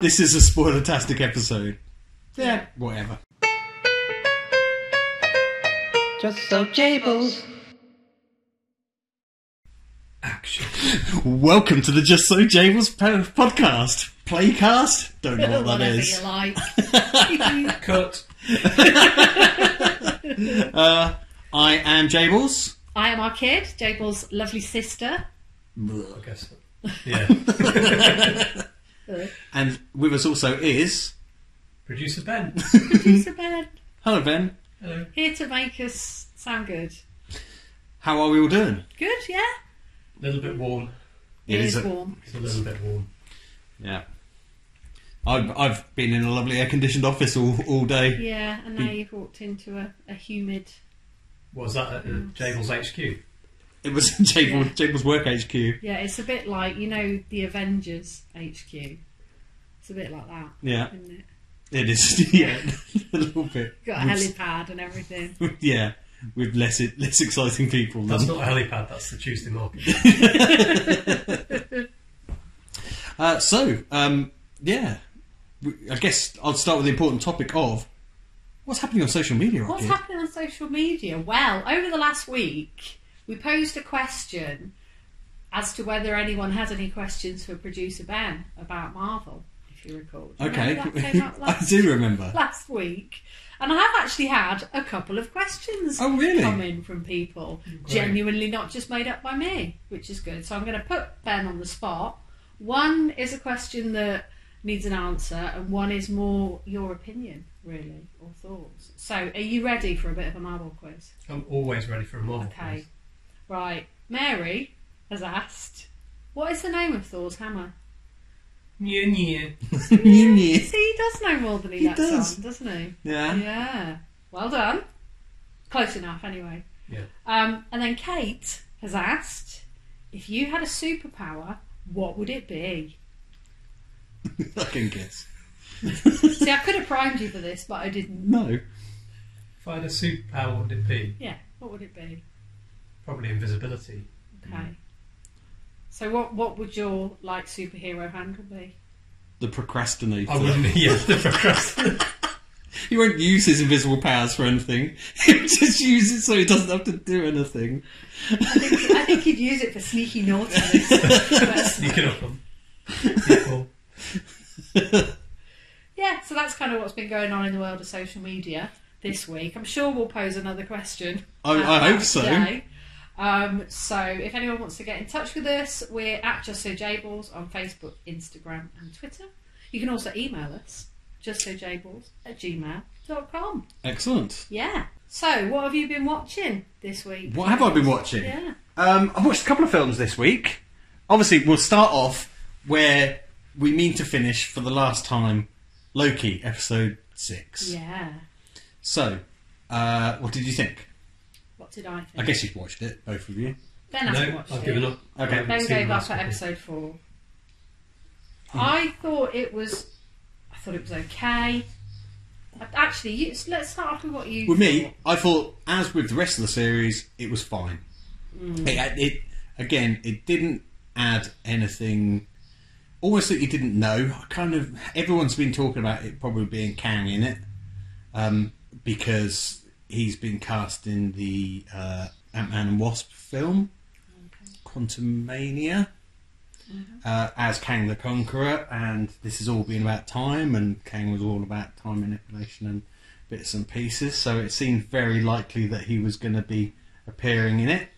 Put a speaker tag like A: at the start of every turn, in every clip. A: This is a spoiler-tastic episode. Yeah, whatever.
B: Just so Jables.
A: Action. Welcome to the Just So Jables po- podcast. Playcast? Don't know what that
C: Whatever
A: is.
C: you like.
D: Cut.
A: I am Jables.
C: I am our kid, Jable's lovely sister.
D: I guess. Yeah.
A: And with us also is...
D: Producer Ben.
C: Producer Ben,
A: Hello, Ben.
D: Hello.
C: here to make us sound good.
A: How are we all doing?
C: Good, yeah?
D: A little bit warm.
C: It is,
A: a-
C: warm.
D: It's a little bit warm.
A: Yeah. I've, I've been in a lovely air-conditioned office all, all day.
C: Yeah, and now you've walked into a, a humid.
D: Was that at uh,
A: Mm.
D: Jables HQ?
A: It was Jables, Jables Work HQ.
C: Yeah, it's a bit like, you know, the Avengers HQ. It's a bit like that,
A: Yeah,
C: isn't it?
A: it is. Yeah, a little bit.
C: Got a helipad and everything.
A: yeah, with less less exciting people.
D: That's
A: than-
D: not a helipad, that's the Tuesday market.
A: Uh, so, um, yeah, We- I guess I'll start with the important topic of what's happening on social media.
C: What's
A: Rocky?
C: happening on social media? Well, over the last week, we posed a question as to whether anyone had any questions for producer Ben about Marvel, if you recall. Do you
A: Okay,
C: remember that came out
A: I
C: last,
A: do remember.
C: last week. And I have actually had a couple of questions
A: Oh, really? Mm,
C: come in from people, genuinely not just made up by me, which is good. So I'm going to put Ben on the spot. One is a question that needs an answer, and one is more your opinion, really, or thoughts. So are you ready for a bit of a Marvel quiz?
D: I'm always ready for a Marvel
C: Okay. Right. Mary has asked, what is the name of Thor's hammer?
D: Yeah, yeah.
A: yeah.
C: See, he does know more than he,
A: He
C: lets
A: does.
C: on, doesn't he?
A: yeah.
C: Yeah. Well done. Close enough, anyway.
D: Yeah.
C: Um, and then Kate has asked, if you had a superpower, what would it be?
A: I can guess.
C: See, I could have primed you for this, but I didn't.
A: No.
D: If I had a superpower, what would it be?
C: Yeah. What would it be?
D: Probably invisibility.
C: Okay. So what what would your like superhero handle be?
A: The procrastinator.
D: I wouldn't be, yeah, the procrastinator.
A: He won't use his invisible powers for anything. He'll just use it so he doesn't have to do anything.
C: I think, I think he'd use it for sneaky naughtiness. But,
D: Sneaking up on people.
C: yeah, so that's kind of what's been going on in the world of social media this week. I'm sure we'll pose another question.
A: I,
C: uh,
A: I hope so.
C: today. Um, so if anyone wants to get in touch with us, we're at Just So Jables on Facebook, Instagram, and Twitter. You can also email us, justsojables at gmail.com.
A: Excellent.
C: Yeah. So what have you been watching this week?
A: What have I been watching?
C: Yeah.
A: Um, I've watched a couple of films this week. Obviously, we'll start off where we mean to finish for the last time Loki, episode six.
C: Yeah.
A: So, uh, what did you think?
C: What did I think?
A: I guess you've watched it, both of you.
C: Ben hasn't
D: No,
C: watched
D: I've
C: it.
D: given up.
A: Okay.
D: I haven't
C: Ben
D: seen
C: gave
D: the
C: up
D: last
C: at
D: one.
C: episode four.
A: Hmm.
C: I thought it was. I thought it was okay. I- Actually, you, let's start off with what you.
A: With
C: thought.
A: me, I thought, as with the rest of the series, it was fine. It, it again, it didn't add anything. Almost that you didn't know. I kind of everyone's been talking about it probably being Kang in it um, because he's been cast in the uh, Ant Man and Wasp film, Quantum Mania, uh, as Kang the Conqueror, and this has all been about time, and Kang was all about time manipulation and bits and pieces. So it seemed very likely that he was going to be appearing in it.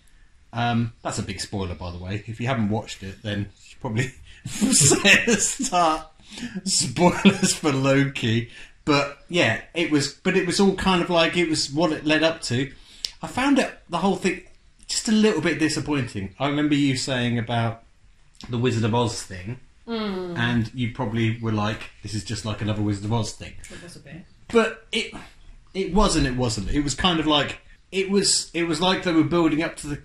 A: Um, that's a big spoiler, by the way. If you haven't watched it, then you should probably say at the start spoilers for Loki. But yeah, it was. But it was all kind of like it was what it led up to. I found it the whole thing just a little bit disappointing. I remember you saying about the Wizard of Oz thing, and you probably were like, "This is just like another Wizard of Oz thing."
C: It was a bit.
A: but it it wasn't it wasn't it was kind of like it was it was like they were building up to the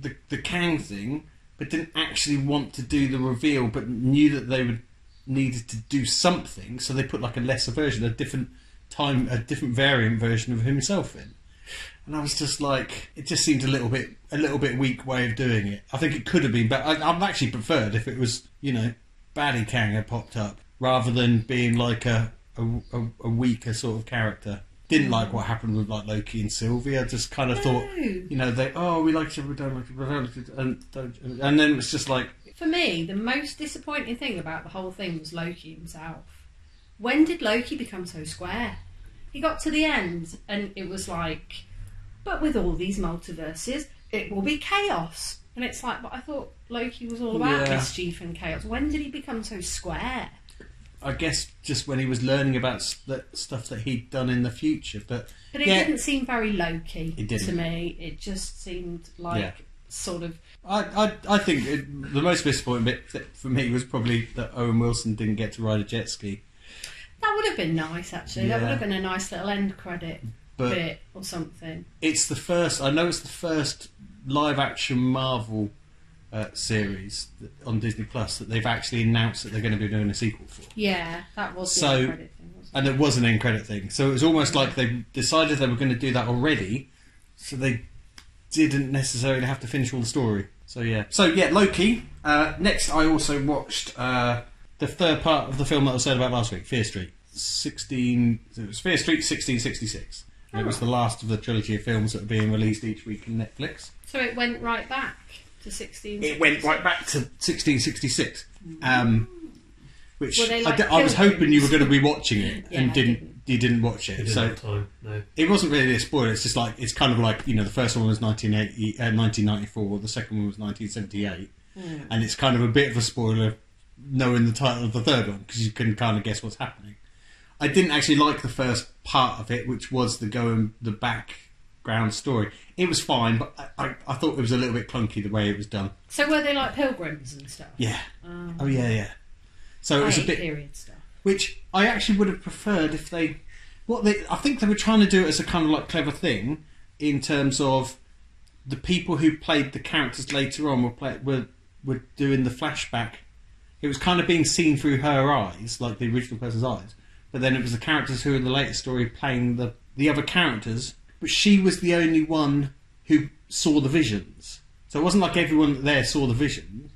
A: the, the Kang thing but didn't actually want to do the reveal but knew that they would needed to do something so they put like a lesser version a different time a different variant version of himself in and I was just like it just seemed a little bit a little bit weak way of doing it I think it could have been but I, I've actually preferred if it was you know Baddie Kang had popped up rather than being like a a, a, a weaker sort of character. Didn't like what happened with like Loki and Sylvia. Just kind of thought,
C: No.
A: you know, they oh we like each other, we don't like each other, we don't like each other, and don't, and then it was just like
C: For me, the most disappointing thing about the whole thing was Loki himself. When did Loki become so square? He got to the end and it was like, but with all these multiverses, it will be chaos. And it's like, but I thought Loki was all about
A: Yeah.
C: mischief and chaos. When did he become so square?
A: I guess just when he was learning about s- that stuff that he'd done in the future, but
C: But it
A: Yeah.
C: didn't seem very Loki
A: It
C: to
A: didn't.
C: me. It just seemed like
A: Yeah.
C: sort of
A: I, I, I think it, the most disappointing bit th- for me was probably that Owen Wilson didn't get to ride a jet ski.
C: that would have been nice actually.
A: Yeah.
C: That would have been a nice little end credit
A: But
C: bit or something.
A: it's the first, I know it's the first live action Marvel uh, series that, on Disney Plus that they've actually announced that they're going to be doing a sequel for.
C: Yeah, that was the
A: So-
C: end credit thing. Wasn't it?
A: And it was an end credit thing. So it was almost like they decided they were going to do that already, so they didn't necessarily have to finish all the story. So yeah. So yeah, Loki. Uh, next, I also watched uh, the third part of the film that I said about last week, Fear Street. Sixteen. It was Fear Street, sixteen sixty-six. And It was the last of the trilogy of films that are being released each week on Netflix.
C: So it went right back to 16.
A: It went right back to 1666, um, which
C: Were they like
A: I, d- I was hoping you were going to be watching it
C: Yeah,
A: and
C: I
A: didn't,
C: didn't.
A: You didn't watch it.
D: It
A: so
D: didn't have time. No.
A: it wasn't really a spoiler. It's just like it's kind of like you know the first one was 1980, uh, 1994, the second one was 1978, and it's kind of a bit of a spoiler knowing the title of the third one because you can kind of guess what's happening. I didn't actually like the first part of it, which was the going the background story. It was fine, but I, I, I thought it was a little bit clunky the way it was done.
C: So were they like pilgrims and stuff?
A: Yeah.
C: Um,
A: Oh yeah, yeah. So it was a
C: high
A: bit
C: period stuff.
A: which I actually would have preferred if they what they I think they were trying to do it as a kind of like clever thing in terms of the people who played the characters later on were play, were were doing the flashback. It was kind of being seen through her eyes, like the original person's eyes. But then it was the characters who in the later story playing the the other characters, but she was the only one who saw the visions. So it wasn't like everyone there saw the vision.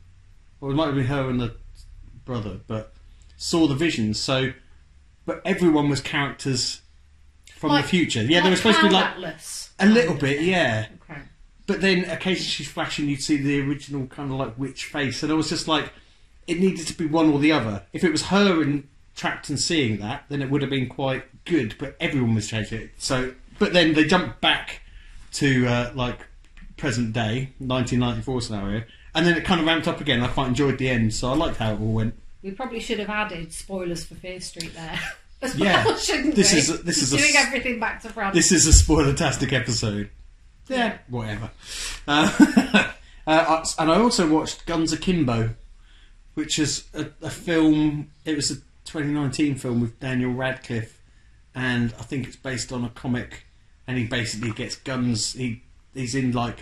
A: Or it might have been her and the brother, but saw the visions. So, but everyone was characters from
C: Like-
A: the future. Yeah, they
C: Like
A: were supposed to be
C: Cloud
A: like
C: Atlas.
A: a little bit, yeah.
C: Okay.
A: But then occasionally she's flashing, you'd see the original kind of like witch face, and I was just like, it needed to be one or the other. If it was her and trapped and seeing that, then it would have been quite good. But everyone was changed it. So, but then they jumped back to uh, like present day 1994 scenario, and then it kind of ramped up again. I quite enjoyed the end, so I liked how it all went.
C: We probably should have added spoilers for Fear Street there. As
A: Yeah.
C: well, shouldn't
A: This
C: we?
A: is a- this is a
C: doing
A: s-
C: everything back to France.
A: This is a spoiler-tastic episode.
C: Yeah.
A: Whatever. Uh, uh, I- and I also watched Guns Akimbo, which is a, a film. It was a 2019 film with Daniel Radcliffe, and I think it's based on a comic. And he basically gets guns. He he's in like,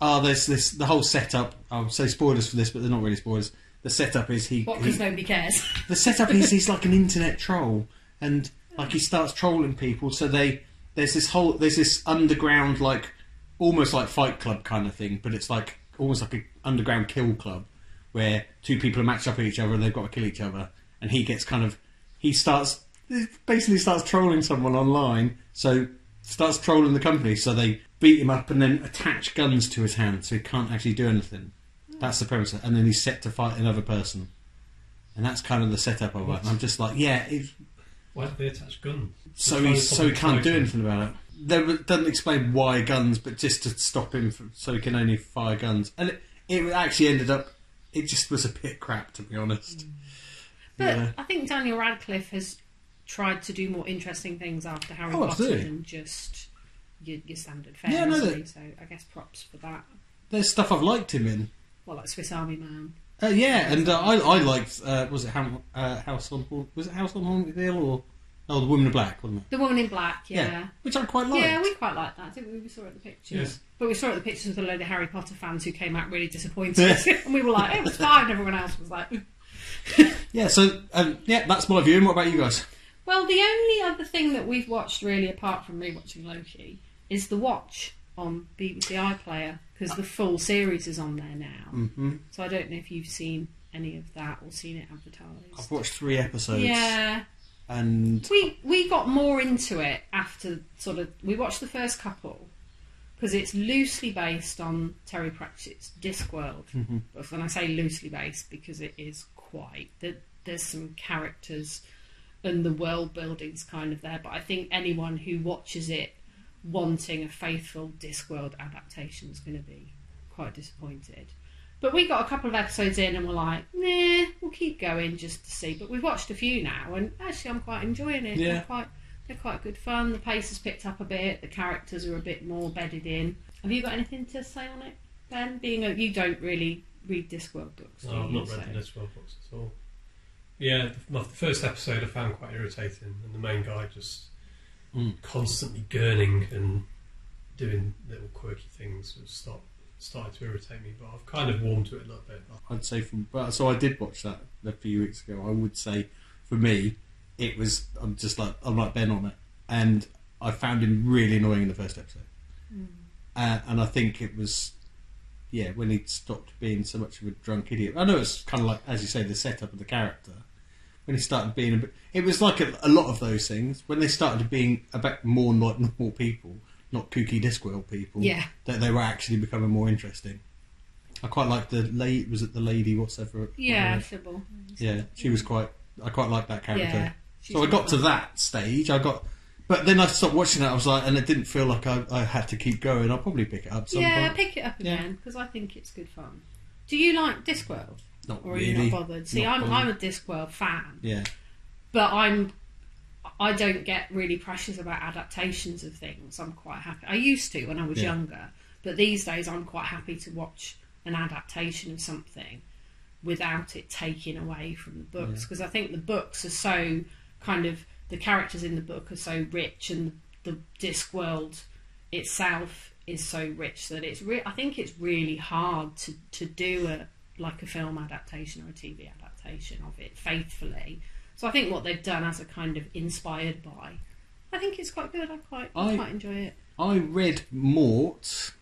A: ah, there's this the whole setup. I'll say spoilers for this, but they're not really spoilers. The setup is he.
C: What?
A: he-
C: Because nobody cares.
A: the setup is he's like an internet troll and like he starts trolling people so they there's this whole there's this underground like almost like fight club kind of thing but it's like almost like an underground kill club where two people are matched up at each other and they've got to kill each other and he gets kind of he starts basically starts trolling someone online so starts trolling the company so they beat him up and then attach guns to his hand so he can't actually do anything that's the premise and then he's set to fight another person and that's kind of the setup I want. And I'm just like, yeah, it,
D: Why did they attach guns?
A: so
D: Just
A: he
D: trying to
A: so he
D: stop
A: can't do
D: explosions.
A: anything about it. They were- doesn't explain why guns, but just to stop him from, so he can only fire guns. And it, it actually ended up, it just was a bit crap to be honest.
C: But
A: Yeah.
C: I think Daniel Radcliffe has tried to do more interesting things after Harry
A: Oh,
C: Potter
A: absolutely.
C: than just your, your standard fare.
A: Yeah, no,
C: hasn't
A: that-
C: he? So I guess props for that.
A: There's stuff I've liked him in.
C: Well, like Swiss Army Man.
A: Uh, yeah, and uh, I I liked uh, was it Ham, uh, House on Haun- was it House on Haunted Hill or oh the Woman in Black wasn't
C: The Woman in Black,
A: it? which I quite liked.
C: Yeah, we quite like that, didn't we? We saw it at the pictures.
D: Yes.
C: But we saw it at the pictures with a load of Harry Potter fans who came out really disappointed. and we were like, it was fine. And everyone else was like, "Ooh."
A: yeah. So um, yeah, that's my view. And what about you guys?
C: well, the only other thing that we've watched, really, apart from rewatching Loki, is The Watch on BBC iPlayer because the full series is on there now.
A: Mm-hmm.
C: So I don't know if you've seen any of that or seen it advertised.
A: I've watched three episodes.
C: Yeah,
A: And
C: we we got more into it after sort of we watched the first couple because it's loosely based on Terry Pratchett's Discworld. But when I say loosely based, because it is quite that there's some characters and the world building's kind of there. But I think anyone who watches it wanting a faithful Discworld adaptation is going to be quite disappointed. But we got a couple of episodes in and we're like, nah, we'll keep going just to see. But we've watched a few now and actually I'm quite enjoying it.
A: Yeah.
C: They're quite they're quite good fun. The pace has picked up a bit, the characters are a bit more bedded in. Have you got anything to say on it, Ben? Being a, you don't really read Discworld books. do
D: No, I've
C: you?
D: not
C: So-
D: read the Discworld books at all. Yeah, the, well, the first episode I found quite irritating, and the main guy just
C: Hmm.
A: Mm.
D: constantly gurning and doing little quirky things was stop started to irritate me. But I've kind of warmed to it a little bit.
A: I'd say from but so I did watch that a few weeks ago. I would say for me, it was I'm just like I'm like Ben on it, and I found him really annoying in the first episode. Uh, and I think it was, yeah, when he stopped being so much of a drunk idiot. I know it's kind of like as you say the setup of the character. When he started being a bit, it was like a, a lot of those things. When they started being about more like normal people, not kooky Discworld people,
C: Yeah.
A: that they were actually becoming more interesting. I quite like the lady. Was it the lady? What's her? for-
C: Yeah, Sybil.
A: yeah. She was quite. I quite like that character.
C: Yeah.
A: so I got to that stage. I got, but then I stopped watching it. I was like, and it didn't feel like I, I had to keep going. I'll probably pick it up. Some
C: Yeah,
A: point.
C: pick it up
A: Yeah.
C: again because I think it's good fun. Do you like Discworld?
A: not
C: Or are
A: really.
C: you not bothered? See,
A: Not
C: I'm,
A: bothered.
C: I'm a Discworld fan,
A: Yeah,
C: but I'm I don't get really precious about adaptations of things. I'm quite happy. I used to when I was
A: Yeah.
C: younger, but these days I'm quite happy to watch an adaptation of something without it taking away from the books because I think the books are so kind of the characters in the book are so rich and the Discworld itself is so rich that it's re- I think it's really hard to, to do a like a film adaptation or a TV adaptation of it faithfully. So I think what they've done as a kind of inspired by, I think it's quite good. I quite I,
A: I-
C: quite enjoy it.
A: I read Mort.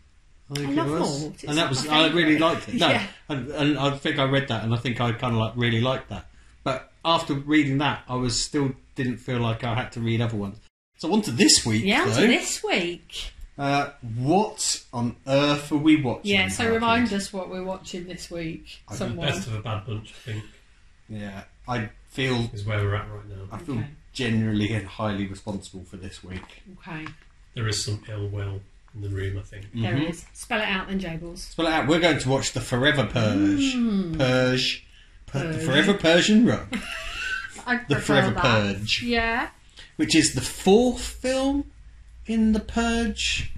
A: I, think
C: I
A: it
C: love
A: was.
C: Mort. It's
A: and that
C: like
A: was I
C: my favourite.
A: really liked it. No,
C: Yeah.
A: and, and I think I read that, and I think I kind of like really liked that. But after reading that, I was still didn't feel like I had to read other ones. So on to this week.
C: Yeah, on
A: though.
C: to this week.
A: Uh, what on earth are we watching?
C: Yeah, so
A: Barclays?
C: remind us what we're watching this week.
A: I think
C: Someone.
D: Best of a bad bunch, I think,
A: Yeah, I feel
D: is where we're at right now.
A: I feel
C: Okay.
A: generally and highly responsible for this week.
C: Okay,
D: There is some ill will in the room, I think.
C: there
A: Mm-hmm.
C: it is. Spell it out then, Jables.
A: Spell it out. We're going to watch the Forever Purge. Purge. Pur- The
C: Hmm. Purge.
A: Forever Persian Rug.
C: I
A: The
C: prefer
A: Forever
C: that.
A: Purge.
C: Yeah.
A: Which is the fourth film in the Purge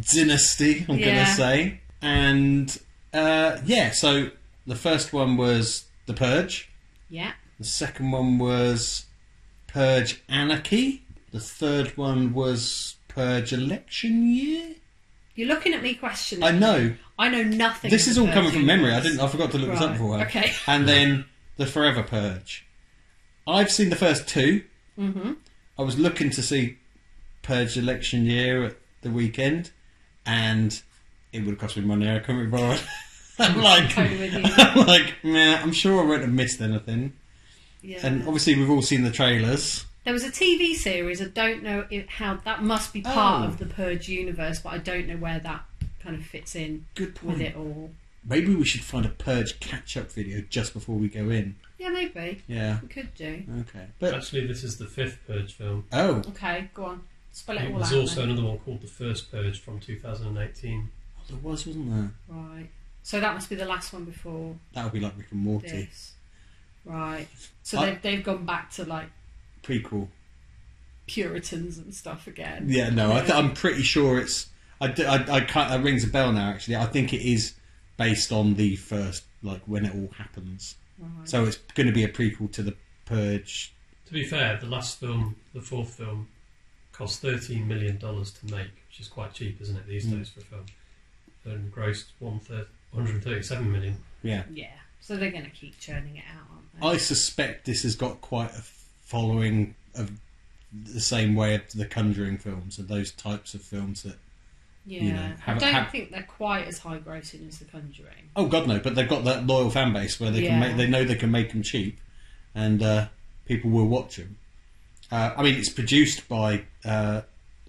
A: dynasty, I'm going to
C: Yeah.
A: say. And uh, yeah, so the first one was The Purge.
C: Yeah.
A: The second one was Purge Anarchy. The third one was Purge Election Year.
C: You're looking at me questioning.
A: I know.
C: I know nothing.
A: This
C: of
A: is
C: the
A: all coming
C: Purge
A: from memory. I
C: universe.
A: didn't. I forgot to look this up
C: Right,
A: before.
C: okay.
A: And then the Forever Purge. I've seen the first two.
C: Mhm.
A: I was looking to see Purge Election Year at the weekend, and it would have cost me money. I couldn't be bothered. I'm like,
C: Totally with you.
A: I'm like, nah, I'm sure I won't have missed anything.
C: Yeah.
A: And obviously, we've all seen the trailers.
C: There was a TV series. I don't know it, how that must be part
A: Oh.
C: of the Purge universe, but I don't know where that kind of fits in
A: Good
C: with
A: point.
C: it all.
A: Maybe we should find a Purge catch-up video just before we go in.
C: Yeah, maybe
A: Yeah.
C: we could do.
A: Okay. But
D: Actually, this is the fifth Purge film.
A: oh,
C: Okay, go on. Spell it all out.
D: There's also
C: then.
D: another one called The First Purge from 2018.
A: there was, wasn't there?
C: Right. So that must be the last one before
A: That would be like Rick and Morty
C: this. Right. So
A: I-
C: they've, they've gone back to like
A: prequel.
C: Puritans and stuff again.
A: Yeah, no, I th- I'm pretty sure it's. I, d- I, I can't, that rings a bell now. Actually, I think it is based on the first, like when it all happens.
C: Right.
A: So it's going to be a prequel to the Purge.
D: To be fair, the last film, the fourth film, cost thirteen million dollars to make, which is quite cheap, isn't it, these
A: Mm.
D: days for a film? And grossed one thir- 137 million.
A: Yeah,
C: Yeah. So they're going to keep churning it out, aren't they?
A: I suspect this has got quite a following of the same way of the Conjuring films and those types of films that
C: Yeah,
A: know, have-
C: I don't
A: have-
C: think they're quite as high grossing as The Conjuring.
A: Oh God, no! But they've got that loyal fan base where they
C: Yeah.
A: can make, they know they can make them cheap, and uh, people will watch them. Uh, I mean, it's produced by uh,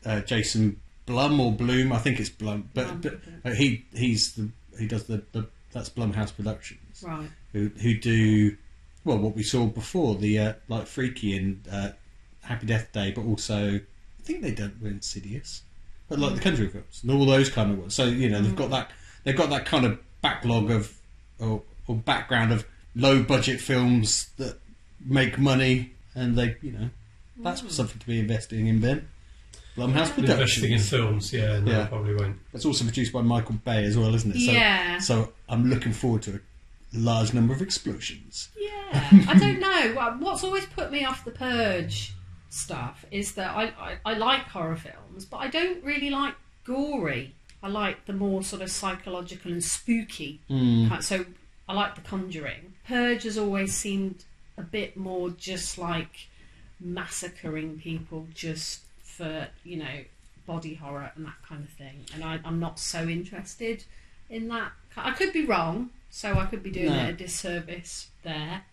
A: uh, Jason Blum or Bloom, I think it's Blum, but,
C: Blum,
A: but
C: okay.
A: uh, he he's the he does the, the that's Blumhouse Productions
C: Right.
A: who who do well what we saw before the uh, like Freaky and uh, Happy Death Day, but also I think they done were Insidious, but like the
D: Mm.
A: Country films and all those kind of ones. So you know they've got that they've got that kind of backlog of or, or background of low budget films that make money and they you know that's something to be investing in. Ben Blumhouse
D: Mm. Investing in
A: Productions.
D: films, yeah, no,
A: Yeah.
D: I probably won't.
A: It's also produced by Michael Bay as well, isn't it? So,
C: Yeah.
A: So I'm looking forward to a large number of explosions.
C: Yeah, I don't know. Well, What's always put me off the Purge stuff is that I, I, I like horror films, but I don't really like gory. I like the more sort of psychological and spooky.
A: Hmm.
C: kind- So I like The Conjuring. Purge has always seemed a bit more just like massacring people just for, you know, body horror and that kind of thing. And I, I'm not so interested in that. I could be wrong, so I could be doing
A: No.
C: it a disservice there.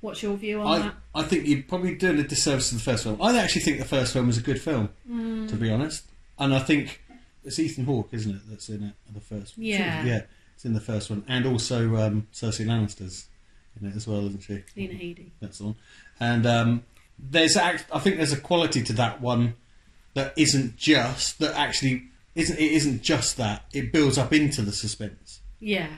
C: What's your view on
A: I,
C: that?
A: I think you're probably doing a disservice to the first film. I actually think the first film is a good film, to be honest. And I think it's Ethan Hawke, isn't it, that's in it, the first one.
C: Yeah.
A: Yeah, it's in the first one. And also um, Cersei Lannister's in it as well, isn't she?
C: Lena Headey.
A: That's on. And um, there's act- I think there's a quality to that one that isn't just, that actually isn't, it isn't just that. It builds up into the suspense.
C: Yeah,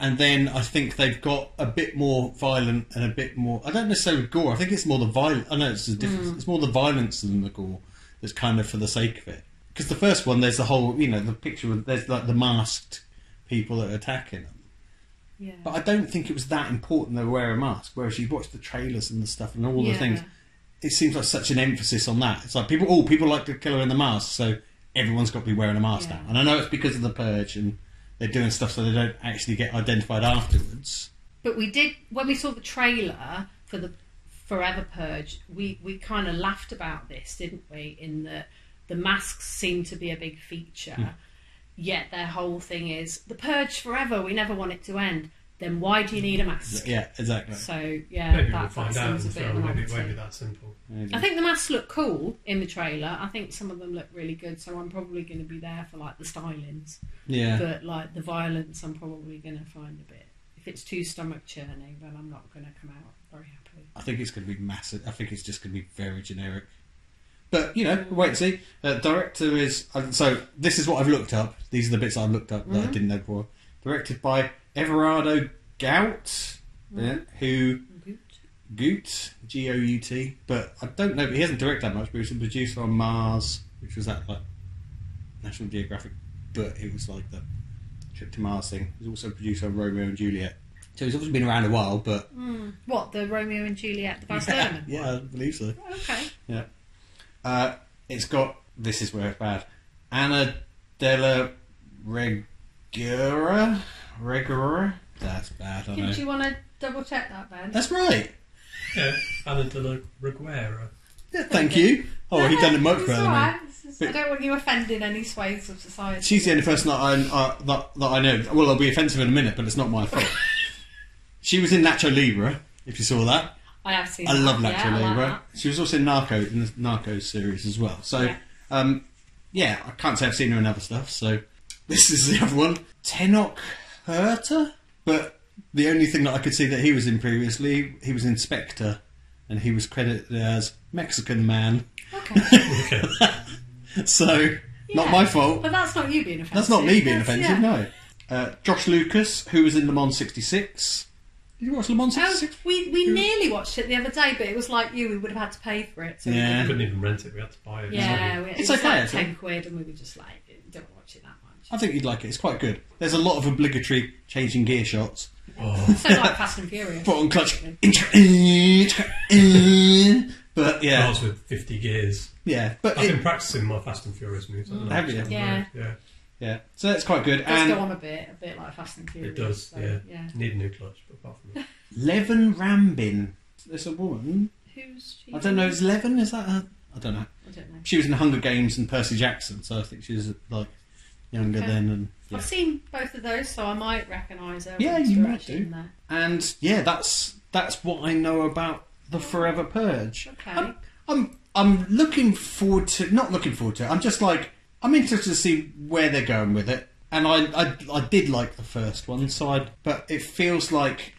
A: and then I think they've got a bit more violent and a bit more. I don't necessarily gore. I think it's more the violence. I know it's the difference. It's more the violence than the gore. That's kind of for the sake of it. Because the first one, there's the whole, you know, the picture of there's like the masked people that are attacking them.
C: yeah.
A: But I don't think it was that important they wear a mask. Whereas you watch the trailers and the stuff and all
C: yeah.
A: the things, it seems like such an emphasis on that. It's like people, oh, people like the killer in the mask, so everyone's got to be wearing a mask
C: Yeah.
A: now. And I know it's because of the purge and they're doing stuff so they don't actually get identified afterwards.
C: But we did when we saw the trailer for the Forever Purge. We we kind of laughed about this, didn't we? In that the masks seem to be a big feature,
A: Hmm.
C: yet their whole thing is the Purge forever. We never want it to end. Then why do you need a mask?
A: Yeah, exactly.
C: So yeah,
D: Maybe
C: that,
D: we'll find
C: that
D: out in
C: seems
D: the
C: a bit
D: film. Maybe it won't be
C: innovative.
D: that simple.
C: I think the masks look cool in the trailer. I think some of them look really good, so I'm probably going to be there for like the stylings.
A: Yeah.
C: But like the violence, I'm probably going to find a bit. If it's too stomach churning, then I'm not going to come out very happy.
A: I think it's going to be massive. I think it's just going to be very generic. But you know, we'll wait and see. Uh, director is uh, so. This is what I've looked up. These are the bits I've looked up that I didn't know before. Directed by Everardo Gout, yeah, who Goot G O U T. But I don't know. But he hasn't directed that much. But he was a producer on Mars, which was that like National Geographic. But it was like the trip to Mars thing. He was also a producer on Romeo and Juliet. So he's obviously been around a while. But
C: What the Romeo and Juliet, the Baz Luhrmann?
A: yeah, I believe so.
C: Okay.
A: Yeah. Uh, it's got this is where it's bad. Anna Della Regura Regura. That's bad. I know.
C: Didn't you want to double check that, Ben?
A: That's right.
D: Yeah, Anna de la Reguera.
A: Yeah, thank you. Oh, he done it much
C: It's
A: better
C: all
A: than me.
C: right. It's just- I don't want you offending any swathes of society.
A: She's the only person that I uh, that, that I know. Well, I'll be offensive in a minute, but it's not my fault. she was in Nacho Libre. If you saw that,
C: I have seen.
A: I
C: that.
A: love
C: Yeah,
A: Nacho
C: I like
A: Libre.
C: that.
A: She was also in Narco in the Narco series as well. So,
C: Yeah.
A: um, yeah, I can't say I've seen her in other stuff. So, this is the other one, Tenok Herter. But the only thing that I could see that he was in previously, he was Inspector, and he was credited as Mexican Man.
C: Okay.
D: Okay.
A: So, not
C: Yeah.
A: my fault.
C: But that's not you being offensive.
A: That's not me being
C: That's-
A: offensive.
C: yeah.
A: No. Uh, Josh Lucas, who was in Le Mans '66. Did you watch Le Mans
C: Oh,
A: '66?
C: we, we nearly watched it the other day, but it was like you, we would have had to pay for it. So we
A: Yeah.
D: We couldn't even rent it, we had to buy it.
C: didn't. yeah, we,
A: It's
C: it was
A: okay,
C: like
A: actually.
C: ten quid, and we were just like, don't watch it that much.
A: I think you'd like it. It's quite good. There's a lot of obligatory changing gear shots.
D: Oh,
C: So like Fast and Furious.
A: Put on clutch. but yeah,
D: cars with 50 gears.
A: yeah, but
D: I've been
A: it,
D: practicing my Fast and Furious moves. I don't know.
A: Have you?
C: Yeah.
D: Yeah,
A: yeah. So that's quite good.
C: It does
A: And
C: go on a bit, a bit like Fast and
D: it
C: Furious.
D: does.
C: so,
D: yeah. Need a new clutch, but apart from that.
A: Levin Rambin. There's a woman.
C: Who's she?
A: I don't know. Is Levin? Is that her? I don't know.
C: I don't know.
A: She was in Hunger Games and Percy Jackson, so I think she was like younger
C: Okay.
A: then, and yeah.
C: I've seen both of those, so I might recognise her.
A: Yeah,
C: once
A: you
C: we're
A: might
C: actually
A: do.
C: in There.
A: and yeah, that's that's what I know about the Forever Purge.
C: Okay.
A: I'm, I'm I'm looking forward to not looking forward to it. I'm just like I'm interested to see where they're going with it. And I I, I did like the first one, so I but it feels like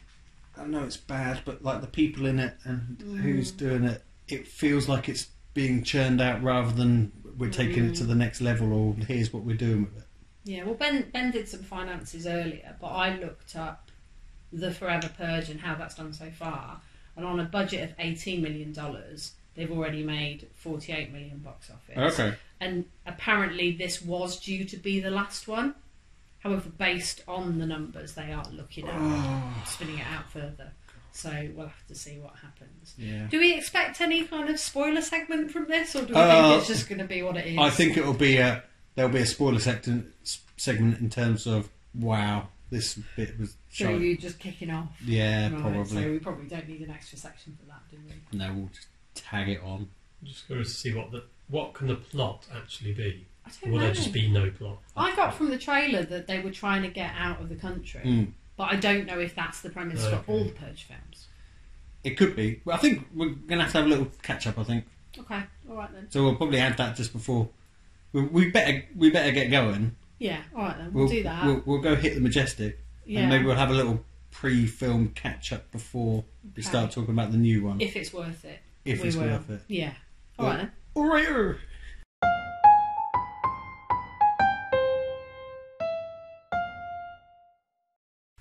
A: I know it's bad, but like the people in it and who's
C: Mm.
A: doing it, it feels like it's being churned out rather than we're taking it to the next level or here's what we're doing with it.
C: Yeah, well, Ben Ben did some finances earlier, but I looked up the Forever Purge and how that's done so far, and on a budget of eighteen million dollars, they've already made forty-eight million box office. And apparently, this was due to be the last one. However, based on the numbers, they are looking at spinning it out further. So we'll have to see what happens.
A: Yeah.
C: Do we expect any kind of spoiler segment from this, or do we
A: Uh,
C: think it's just going to be what it is?
A: I think it'll be a there'll be a spoiler section segment in terms of wow, this bit was
C: So
A: shy.
C: you just kicking off.
A: Yeah,
C: Right, So
A: probably.
C: we probably don't need an extra section for that, do we?
A: No, we'll just tag it on.
D: just curious to see what the what can the plot actually be?
C: I
D: Or
C: don't
D: will
C: know.
D: there just be no plot?
C: I got from the trailer that they were trying to get out of the country,
A: Mm.
C: but I don't know if that's the premise
D: Oh, Okay.
C: for all the Purge films.
A: It could be. Well, I think we're gonna have to have a little catch up. I think
C: Okay, all right then.
A: so. We'll probably add that just before. We, we better we better get going.
C: Yeah, all right then. We'll, do that.
A: We'll, we'll go hit the majestic,
C: yeah,
A: and maybe we'll have a little pre-film catch up before we
C: Okay.
A: start talking about the new one.
C: if it's worth it.
A: If
C: we
A: it's
C: will.
A: worth it.
C: Yeah. All right
A: Well-
C: then.
A: All right.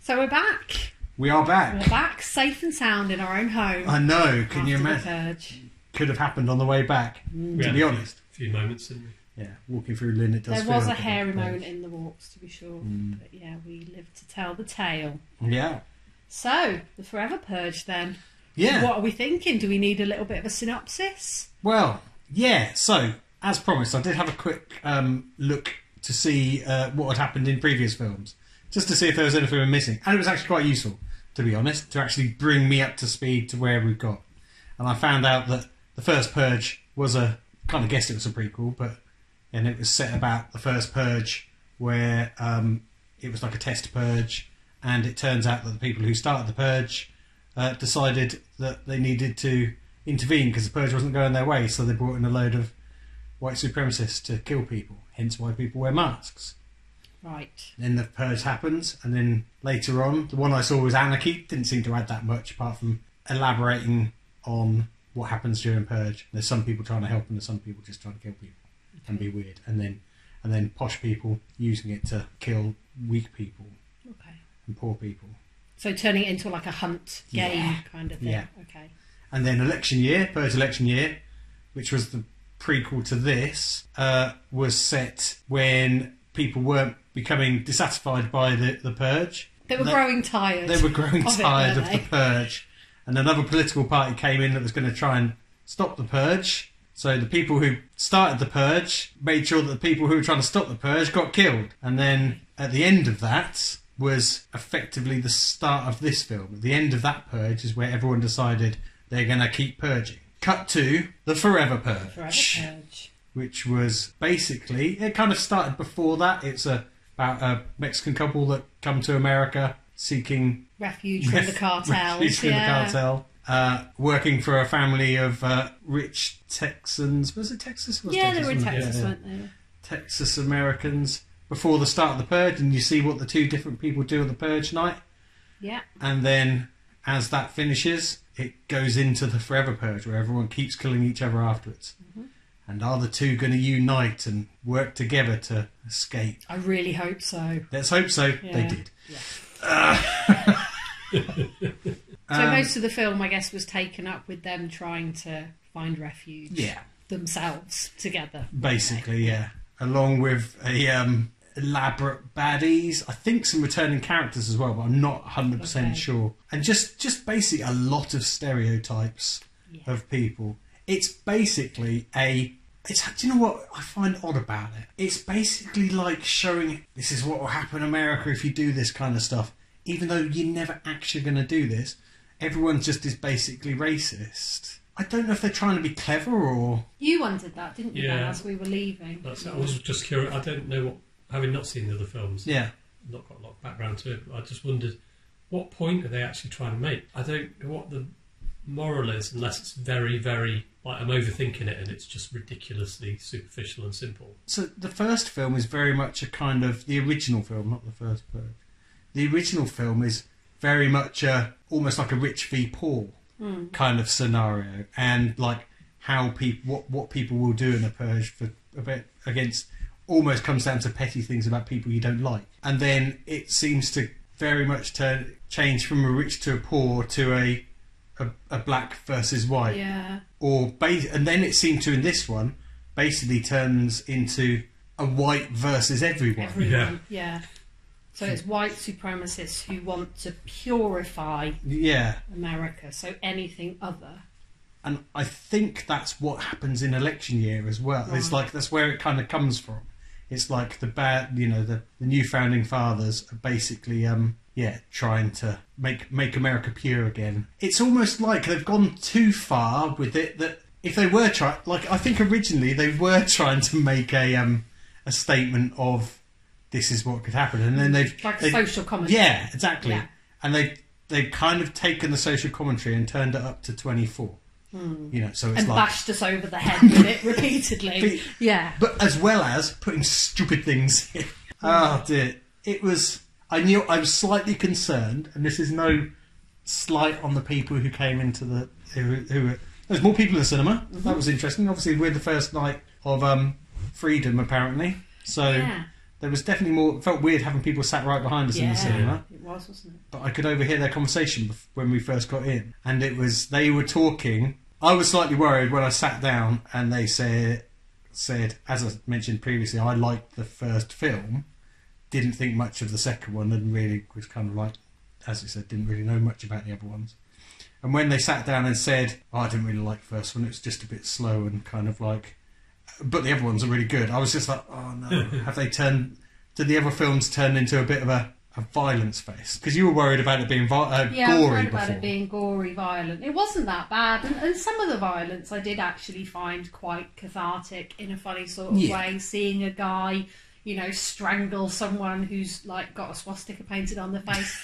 C: So we're back.
A: We are
C: We're
A: back.
C: back, safe and sound in our own home.
A: I know. Can
C: after
A: you
C: the
A: imagine?
C: Purge.
A: Could have happened on the way back.
D: We
A: To be
D: had a few-
A: honest.
D: few moments, didn't we?
A: Yeah, walking through Lynn, it does.
C: There
A: feel
C: was a
A: like
C: hairy
A: bit.
C: moment in the walks, to be sure.
A: Mm.
C: But yeah, we lived to tell the tale.
A: Yeah,
C: So, the Forever Purge then.
A: yeah.
C: What are we thinking? Do we need a little bit of a synopsis?
A: Well, yeah. So as promised, I did have a quick um, look to see uh, what had happened in previous films, just to see if there was anything we were missing, and it was actually quite useful, to be honest, to actually bring me up to speed to where we've got. And I found out that the first Purge was a kind of guessed it was a prequel, but and it was set about the first Purge where um, it was like a test Purge, and it turns out that the people who started the Purge uh, decided that they needed to intervene because the purge wasn't going their way, so they brought in a load of white supremacists to kill people. Hence, why people wear masks.
C: Right.
A: Then the purge happens, and then later on, the one I saw was anarchy. Didn't seem to add that much, apart from elaborating on what happens during purge. There's some people trying to help, and there's some people just trying to kill people and be weird. And then, and then posh people using it to kill weak people
C: Okay.
A: and poor people.
C: So turning it into like a hunt game
A: Yeah.
C: kind of thing.
A: Yeah.
C: Okay.
A: and then election year, Purge election year, which was the prequel to this, uh, was set when people weren't becoming dissatisfied by the, the Purge.
C: They were
A: They-
C: growing tired.
A: They were growing
C: Of it,
A: tired
C: weren't
A: of
C: they?
A: the Purge, and another political party came in that was going to try and stop the Purge. So the people who started the Purge made sure that the people who were trying to stop the Purge got killed, and then at the end of that was effectively the start of this film. At the end of that Purge is where everyone decided they're going to keep purging. Cut to the Forever Purge
C: Forever Purge.
A: which was basically it kind of started before that. It's a about a Mexican couple that come to America seeking
C: Refuge from the cartels.
A: refuge from
C: yeah.
A: the cartel, uh, working for a family of uh, rich Texans. Was it Texas? It Was
C: Yeah,
A: Texas,
C: they were in
A: wasn't it?
C: Texas,
A: Yeah, yeah.
C: weren't they?
A: Texas Americans before the start of the purge, and you see what the two different people do on the purge night,
C: Yeah.
A: and then as that finishes, it goes into the forever purge where everyone keeps killing each other afterwards.
C: Mm-hmm.
A: And are the two going to unite and work together to escape?
C: I really hope so.
A: Let's hope so. They
C: Yeah.
A: did.
C: So
A: Um,
C: most of the film, I guess, was taken up with them trying to find refuge
A: Yeah,
C: themselves together.
A: basically, yeah. Along with a um, elaborate baddies, I think some returning characters as well, but I'm not 100 percent
C: Okay.
A: sure. And just just basically a lot of stereotypes
C: Yeah.
A: of people. It's basically a. It's do you know what I find odd about it? It's basically like showing this is what will happen in America if you do this kind of stuff, even though you're never actually going to do this. Everyone just is basically racist. I don't know if they're trying to be clever or
C: You wondered that, didn't you, Ben,
D: Yeah.
C: as we were leaving?
D: That's it. I was just curious. I don't know what having not seen the other films,
A: Yeah.
D: not got a lot of background to it, I just wondered what point are they actually trying to make? I don't know what the moral is unless it's very, very like I'm overthinking it and it's just ridiculously superficial and simple.
A: So the first film is very much a kind of the original film, not the first Purge. The original film is very much a almost like a rich v poor kind of scenario, and like how people what what people will do in a purge for a bit against almost comes down to petty things about people you don't like, and then it seems to very much turn change from a rich to a poor to a a, a black versus white
C: Yeah.
A: or base, and then it seemed to in this one basically turns into a white versus everyone.
C: Everyone. Yeah. So it's white supremacists who want to purify
A: yeah,
C: America. So anything other.
A: and I think that's what happens in election year as well. It's
C: Right.
A: like that's where it kind of comes from. It's like the bad, you know, the, the new founding fathers are basically, um, yeah, trying to make make America pure again. It's almost like they've gone too far with it. That if they were trying, like I think originally they were trying to make a um a statement of this is what could happen, and then they've
C: Mm. Like
A: they-
C: social commentary.
A: yeah, exactly.
C: Yeah.
A: And they they've kind of taken the social commentary and turned it up to twenty four. You know, so it's
C: Hmm. And
A: like
C: bashed us over the head with it repeatedly. Yeah.
A: but as well as putting stupid things in.
C: Hmm.
A: Oh dear. It was I knew I was slightly concerned and this is no slight on the people who came into the who, who were there's more people in the cinema.
C: Mm-hmm.
A: That was interesting. Obviously we're the first night of um freedom apparently. So
C: Yeah.
A: there was definitely more it felt weird having people sat right behind us in the cinema
C: It was, wasn't it?
A: but I could overhear their conversation bef- when we first got in, and it was they were talking. I was slightly worried when I sat down, and they said, said as I mentioned previously, I liked the first film, didn't think much of the second one, and really was kind of like, as I said, didn't really know much about the other ones. And when they sat down and said, oh, I didn't really like the first one, it was just a bit slow and kind of like, but the other ones are really good. I was just like, oh no, have they turned? Did the other films turn into a bit of a, a violence fest? Because you were worried about it being vi- uh,
C: Yeah, I was
A: gory
C: worried
A: before.
C: about it being gory, violent. It wasn't that bad, and, and some of the violence I did actually find quite cathartic in a funny sort of
A: Yeah.
C: way. Seeing a guy, you know, strangle someone who's like got a swastika painted on their face.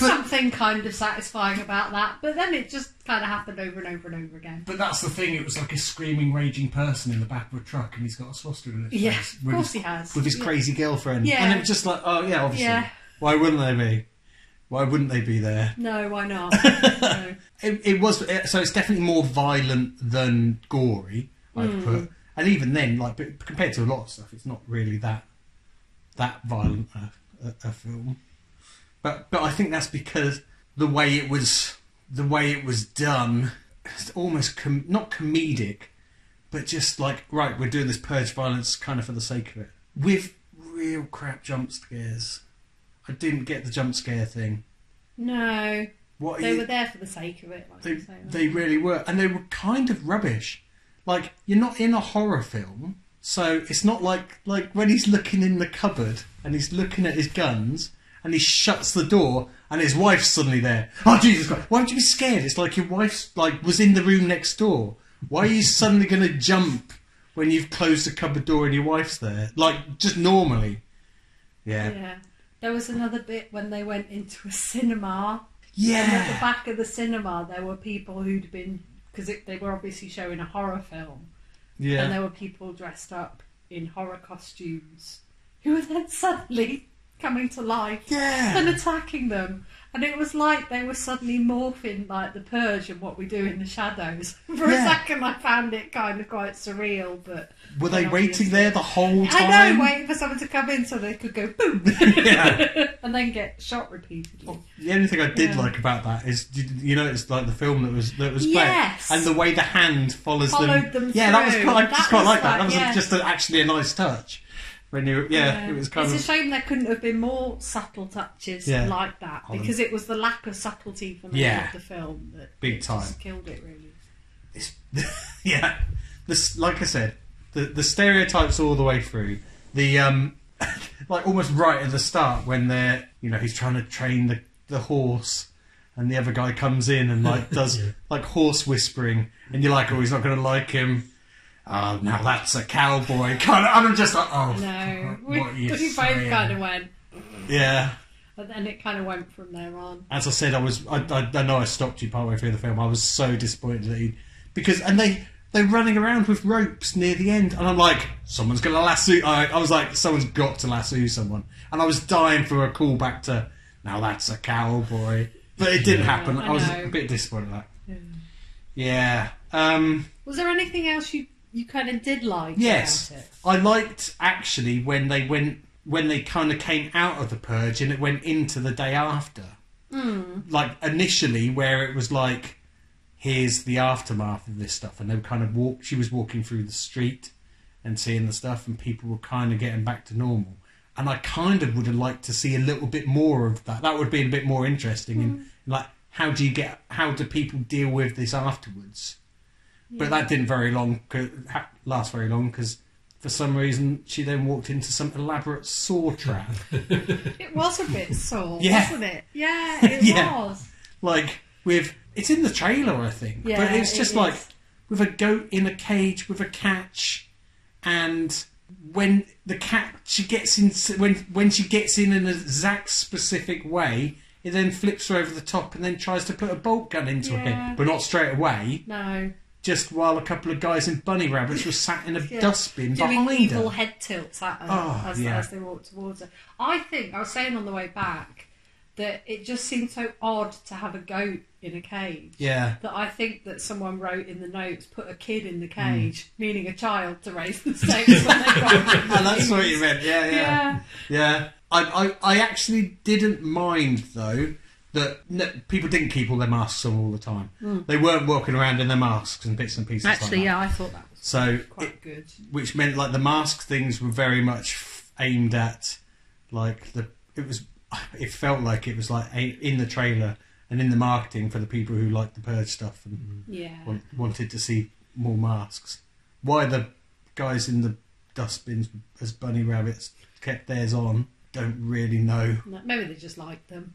C: There's something kind of satisfying about that. But then it just kind of happened over and over and over again.
A: But that's the thing. It was like a screaming, raging person in the back of a truck, and he's got a swastika in his
C: Yeah,
A: face
C: of
A: with
C: course
A: his-
C: he has.
A: with his
C: Yeah.
A: crazy girlfriend.
C: Yeah.
A: And it was just like, oh yeah, obviously.
C: Yeah.
A: Why wouldn't they be? Why wouldn't they be there?
C: No, why not? no.
A: It, it was it- so it's definitely more violent than gory. I'd
C: Hmm.
A: put, and even then, like but compared to a lot of stuff, it's not really that that violent a, a, a film. But but I think that's because the way it was the way it was done, it's almost com- not comedic, but just like right, we're doing this purge violence kind of for the sake of it, with real crap jump scares. I didn't get the jump scare thing.
C: No,
A: What are
C: they
A: you-
C: were there for the sake of it. Like
A: they,
C: you say,
A: they really were, and they were kind of rubbish. Like you're not in a horror film, so it's not like like when he's looking in the cupboard and he's looking at his guns and he shuts the door and his wife's suddenly there. Oh Jesus Christ! Why would you be scared? It's like your wife's like was in the room next door. Why are you suddenly going to jump when you've closed the cupboard door and your wife's there? Like just normally. Yeah.
C: yeah. There was another bit when they went into a cinema And at the
A: Yeah.
C: back of the cinema, there were people who'd been because they were obviously showing a horror film, and
A: Yeah.
C: there were people dressed up in horror costumes who were then suddenly coming to life and
A: Yeah.
C: attacking them. And it was like they were suddenly morphing like the purge and what we do in the shadows. For
A: Yeah.
C: a second, I found it kind of quite surreal, but
A: Were they waiting there the whole time?
C: I know, waiting for someone to come in so they could go boom
A: Yeah. Oh,
C: and then get shot repeatedly.
A: The only thing I did
C: Yeah.
A: like about that is you, you know it's like the film that was that was
C: Yes.
A: played and the way the hand follows
C: Followed them
A: yeah, that was
C: through.
A: quite, I just
C: That
A: quite
C: was
A: like that. That
C: like-
A: was
C: yeah.
A: just a, actually a nice touch. When you yeah, it was kind
C: it's
A: of
C: a shame there couldn't have been more subtle touches
A: Yeah.
C: like that
A: Hold on.
C: because it was the lack of subtlety for me
A: Yeah.
C: of the film that
A: Big
C: it just
A: time.
C: killed it really.
A: it's, yeah. This like I said, the the stereotypes all the way through. The um like almost right at the start when they're you know, he's trying to train the, the horse and the other guy comes in and like does
D: Yeah.
A: like horse whispering and you're like, Oh, he's not gonna like him oh, now that's a cowboy kind of. And I'm just like, oh,
C: No,
A: fuck,
C: we,
A: what are you
C: we both
A: saying?
C: kind of went,
A: Yeah.
C: and then it kind of went from there on.
A: As I said, I was. I, I, I know I stopped you partway through the film. I was so disappointed that he, because and they they're running around with ropes near the end, and I'm like, someone's gonna lasso. I, I was like, someone's got to lasso someone, and I was dying for a callback to now that's a cowboy, but it didn't happen.
C: I
A: I, was
C: know.
A: a bit disappointed. At that. Yeah. Um.
C: Was there anything else you you kind of did like?
A: Yes,
C: About it?
A: I liked actually when they went when they kind of came out of the purge and it went into the day after. Mm. Like initially, where it was like, here's the aftermath of this stuff, and they were kind of walk. She was walking through the street and seeing the stuff, and people were kind of getting back to normal. And I kind of would have liked to see a little bit more of that. That would have been a bit more interesting. And like, how do you get? How do people deal with this afterwards? But that didn't very long ha- last very long because for some reason she then walked into some elaborate saw trap.
C: It was a bit sore,
A: Yeah.
C: wasn't it? Yeah, it
A: Yeah.
C: was.
A: like with it's in the trailer, I think.
C: Yeah,
A: but it's
C: it
A: just like
C: is.
A: with a goat in a cage with a catch, and when the cat she gets in when when she gets in in an exact specific way. It then flips her over the top and then tries to put a bolt gun into her
C: Yeah.
A: head, but not straight away.
C: No,
A: Just while a couple of guys in bunny rabbits were sat in a
C: Yeah.
A: dustbin
C: doing
A: behind her.
C: evil head tilts at her
A: Oh,
C: as,
A: yeah.
C: as they walked towards her. I think I was saying on the way back that it just seemed so odd to have a goat in a cage.
A: Yeah.
C: That I think that someone wrote in the notes, put a kid in the
A: Mm.
C: cage, meaning a child to raise the stakes. when they
A: and
C: come
A: that's what you meant. Yeah, yeah,
C: Yeah.
A: yeah. I, I, I actually didn't mind though that n- people didn't keep all their masks on all the time. They weren't walking around in their masks and bits and pieces. like
C: Hmm. Actually,
A: that.
C: yeah, I thought that was
A: So,
C: quite
A: it-
C: good.
A: which meant like the mask things were very much f- aimed at, like the it was, it felt like it was like a, in the trailer and in the marketing for the people who liked the purge stuff and
C: Yeah.
A: want, wanted to see more masks. Why the guys in the dustbins as bunny rabbits kept theirs on, don't really know.
C: No, Maybe they just liked them.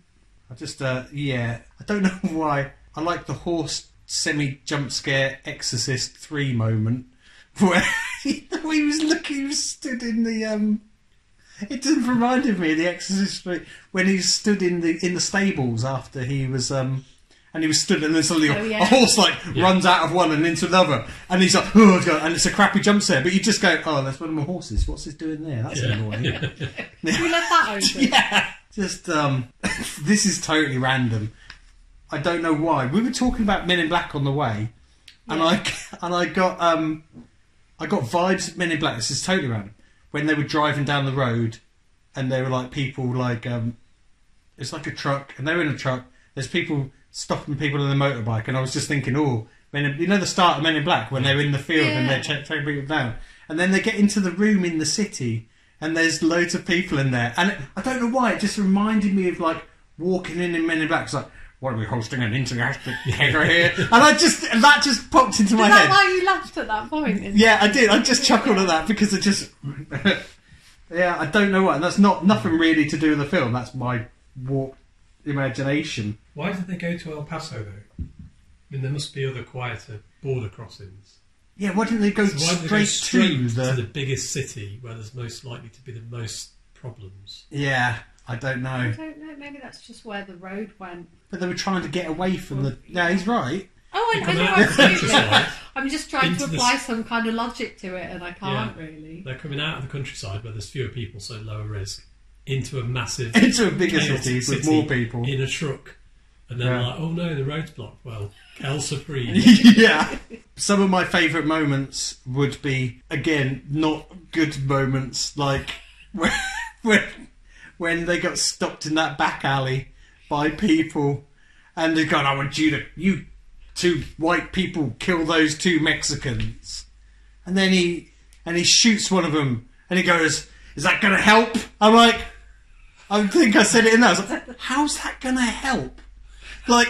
A: I just, uh, yeah, I don't know why. I like the horse semi jump scare Exorcist 3 moment where he was looking, he was stood in the, um, it didn't reminded me of the Exorcist 3 when he stood in the in the stables after he was um and he was stood and then suddenly
C: Oh,
A: a-
C: yeah.
A: a horse like runs out of one and into another and he's like oh God, and it's a crappy jump scare but you just go oh that's one of my horses what's this doing there that's
D: Yeah.
A: annoying
C: We left that open.
A: yeah. Just um, this is totally random. I don't know why. We were talking about Men in Black on the way, and I and I got um, I got vibes of Men in Black. This is totally random. When they were driving down the road, and they were like people like um, it's like a truck, and they were in a truck. There's people stopping people on the motorbike, and I was just thinking, oh, Men in, you know the start of Men in Black when they're in the field and they're
C: Yeah.
A: ch- taking people down, and then they get into the room in the city, and there's loads of people in there, and it, I don't know why it just reminded me of like walking in in Men in Black. It's like, what are we hosting an international kegger here? And I just and that just popped into my
C: Is that
A: head.
C: why you laughed at that point?
A: Yeah, I did. I just chuckled at that because I just. yeah, I don't know what. And that's not nothing really to do with the film. That's my warped imagination.
D: Why did they go to El Paso though? I mean, there must be other quieter border crossings.
A: Yeah, why didn't they go
D: So why
A: straight,
D: did they go
A: to,
D: straight
A: the,
D: to the biggest city where there's most likely to be the most problems?
A: Yeah, I don't
C: I
A: know.
C: don't know. Maybe that's just where the road went.
A: But they were trying to get away from the. No, he's right.
C: Oh, I,
D: You
C: I
D: come
C: know,
D: out of the
C: absolutely.
D: countryside.
C: I'm just trying to
D: Into the
C: apply
D: s-
C: some kind of logic to it, and I can't
D: Yeah.
C: really.
D: They're coming out of the countryside where there's fewer people, so lower risk, into a massive
A: Into a bigger
D: chaotic
A: city with more people.
D: in a truck, and then
A: Yeah.
D: like, oh no, the road's blocked. Well, El Supreme.
A: yeah. Some of my favourite moments would be again not good moments, like when when, when they got stopped in that back alley by people, and they gone, "I want you to you two white people kill those two Mexicans," and then he and he shoots one of them, and he goes, "Is that going to help?" I'm like, I think I said it in there. I was like, "How's that going to help?" Like.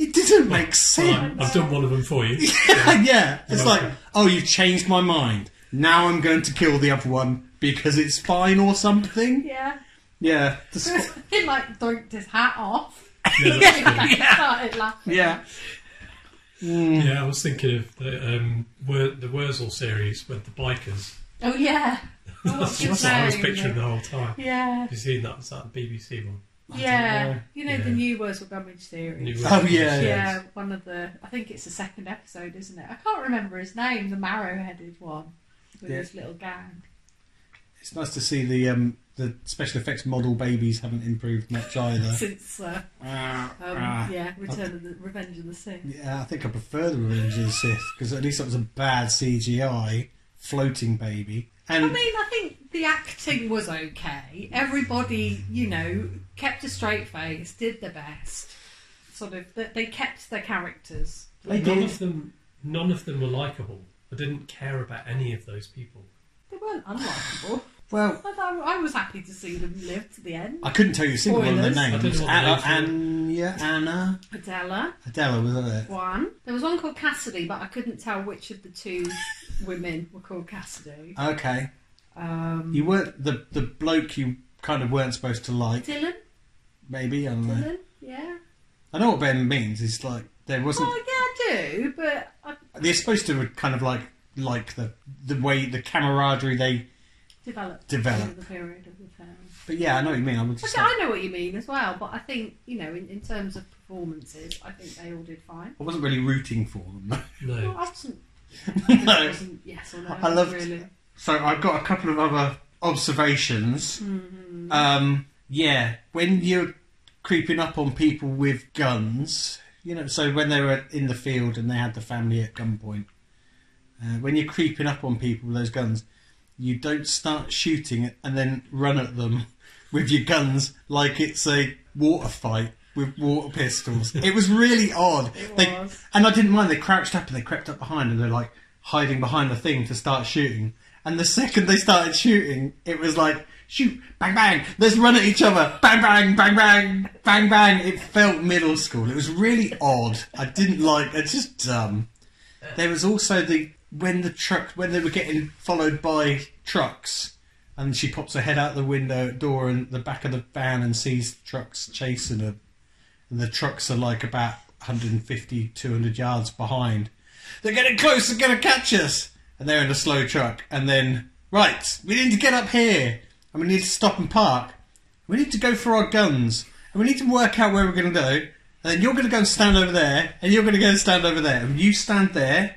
A: It didn't make sense
D: Right, I've done one of them for you.
A: yeah, it's like,
D: Okay.
A: oh, you've changed my mind. Now I'm going to kill the other one because it's fine or something.
C: Yeah.
A: Yeah, the sp-
C: he like doinked his hat off.
D: Yeah, that's
C: Started laughing.
A: yeah.
D: Yeah, I was thinking of the um, Wer- the Wurzel series with the bikers.
C: Oh yeah. Oh,
D: That's
C: good
D: what I was
C: name.
D: picturing the whole time.
C: Yeah.
D: Have you seen that? It's that BBC one.
C: Yeah.
A: know.
C: You know the
D: Yeah.
C: new Wurzel Gummidge series.
D: New
A: Oh,
D: Wurzel
A: yeah.
C: yeah,
D: series.
C: one of the. I think it's the second episode, isn't it? I can't remember his name. The marrow-headed one with
A: Yeah.
C: his little gang.
A: It's nice to see the um, the special effects model babies haven't improved much either.
C: Since uh,
A: Ah,
C: um,
A: ah.
C: yeah, Return of the Revenge of the Sith.
A: Yeah, I think I prefer the Revenge of the Sith because at least that was a bad CGI floating baby. And
C: I mean, I think the acting was okay. Everybody, you know, kept a straight face, did their best. Sort of, that they kept their characters.
A: they
D: None
A: did.
D: of them, none of them were likable. I didn't care about any of those people.
C: They weren't unlikable.
A: Well,
C: I, thought- I was happy to see them live to the end.
A: I couldn't tell you a single one of
C: Spoilers.
A: their
D: I didn't
A: names.
D: want
A: Anna,
D: to
A: Anya, Anna,
C: Adela,
A: Adela was that it?
C: one. There was one called Cassidy, but I couldn't tell which of the two women were called Cassidy.
A: Okay,
C: Um,
A: you weren't the the bloke you kind of weren't supposed to like.
C: Dylan,
A: Maybe I don't know.
C: Dylan, yeah.
A: I know what Ben means. It's like there wasn't.
C: Well, yeah, I do, but I,
A: They're supposed to kind of like like the the way the camaraderie they.
C: developed
A: Develop.
C: over the period of the film.
A: But yeah, I know what you mean. I was just
C: Okay,
A: like-
C: I know what you mean as well, but I think you know, in, in terms of performances, I think they all did fine.
A: I wasn't really rooting for them.
C: Well,
D: No,
C: I wasn't. I
A: no.
C: wasn't yes or no.
A: I loved-
C: really.
A: So I've got a couple of other observations.
C: Mm-hmm.
A: Um, yeah, when you're creeping up on people with guns, you know, so when they were in the field and they had the family at gunpoint, uh, when you're creeping up on people with those guns, you don't start shooting and then run at them with your guns like it's a water fight with water pistols. it was really odd.
C: It
A: They-
C: was.
A: and I didn't mind. They crouched up and they crept up behind and they're like hiding behind the thing to start shooting. And the second they started shooting, it was like shoot, bang bang. Let's run at each other, bang bang, bang bang, bang bang. It felt middle school. It was really odd. I didn't like. It's just dumb. There was also the when the truck when they were getting followed by trucks. And she pops her head out the window door and the back of the van and sees trucks chasing her and the trucks are like about 150, 200 yards behind. They're getting close, they're going to catch us! And they're in a slow truck, and then, right, we need to get up here, and we need to stop and park. We need to go for our guns, and we need to work out where we're going to go, and then you're going to go and stand over there, and you're going to go and stand over there, and you stand there.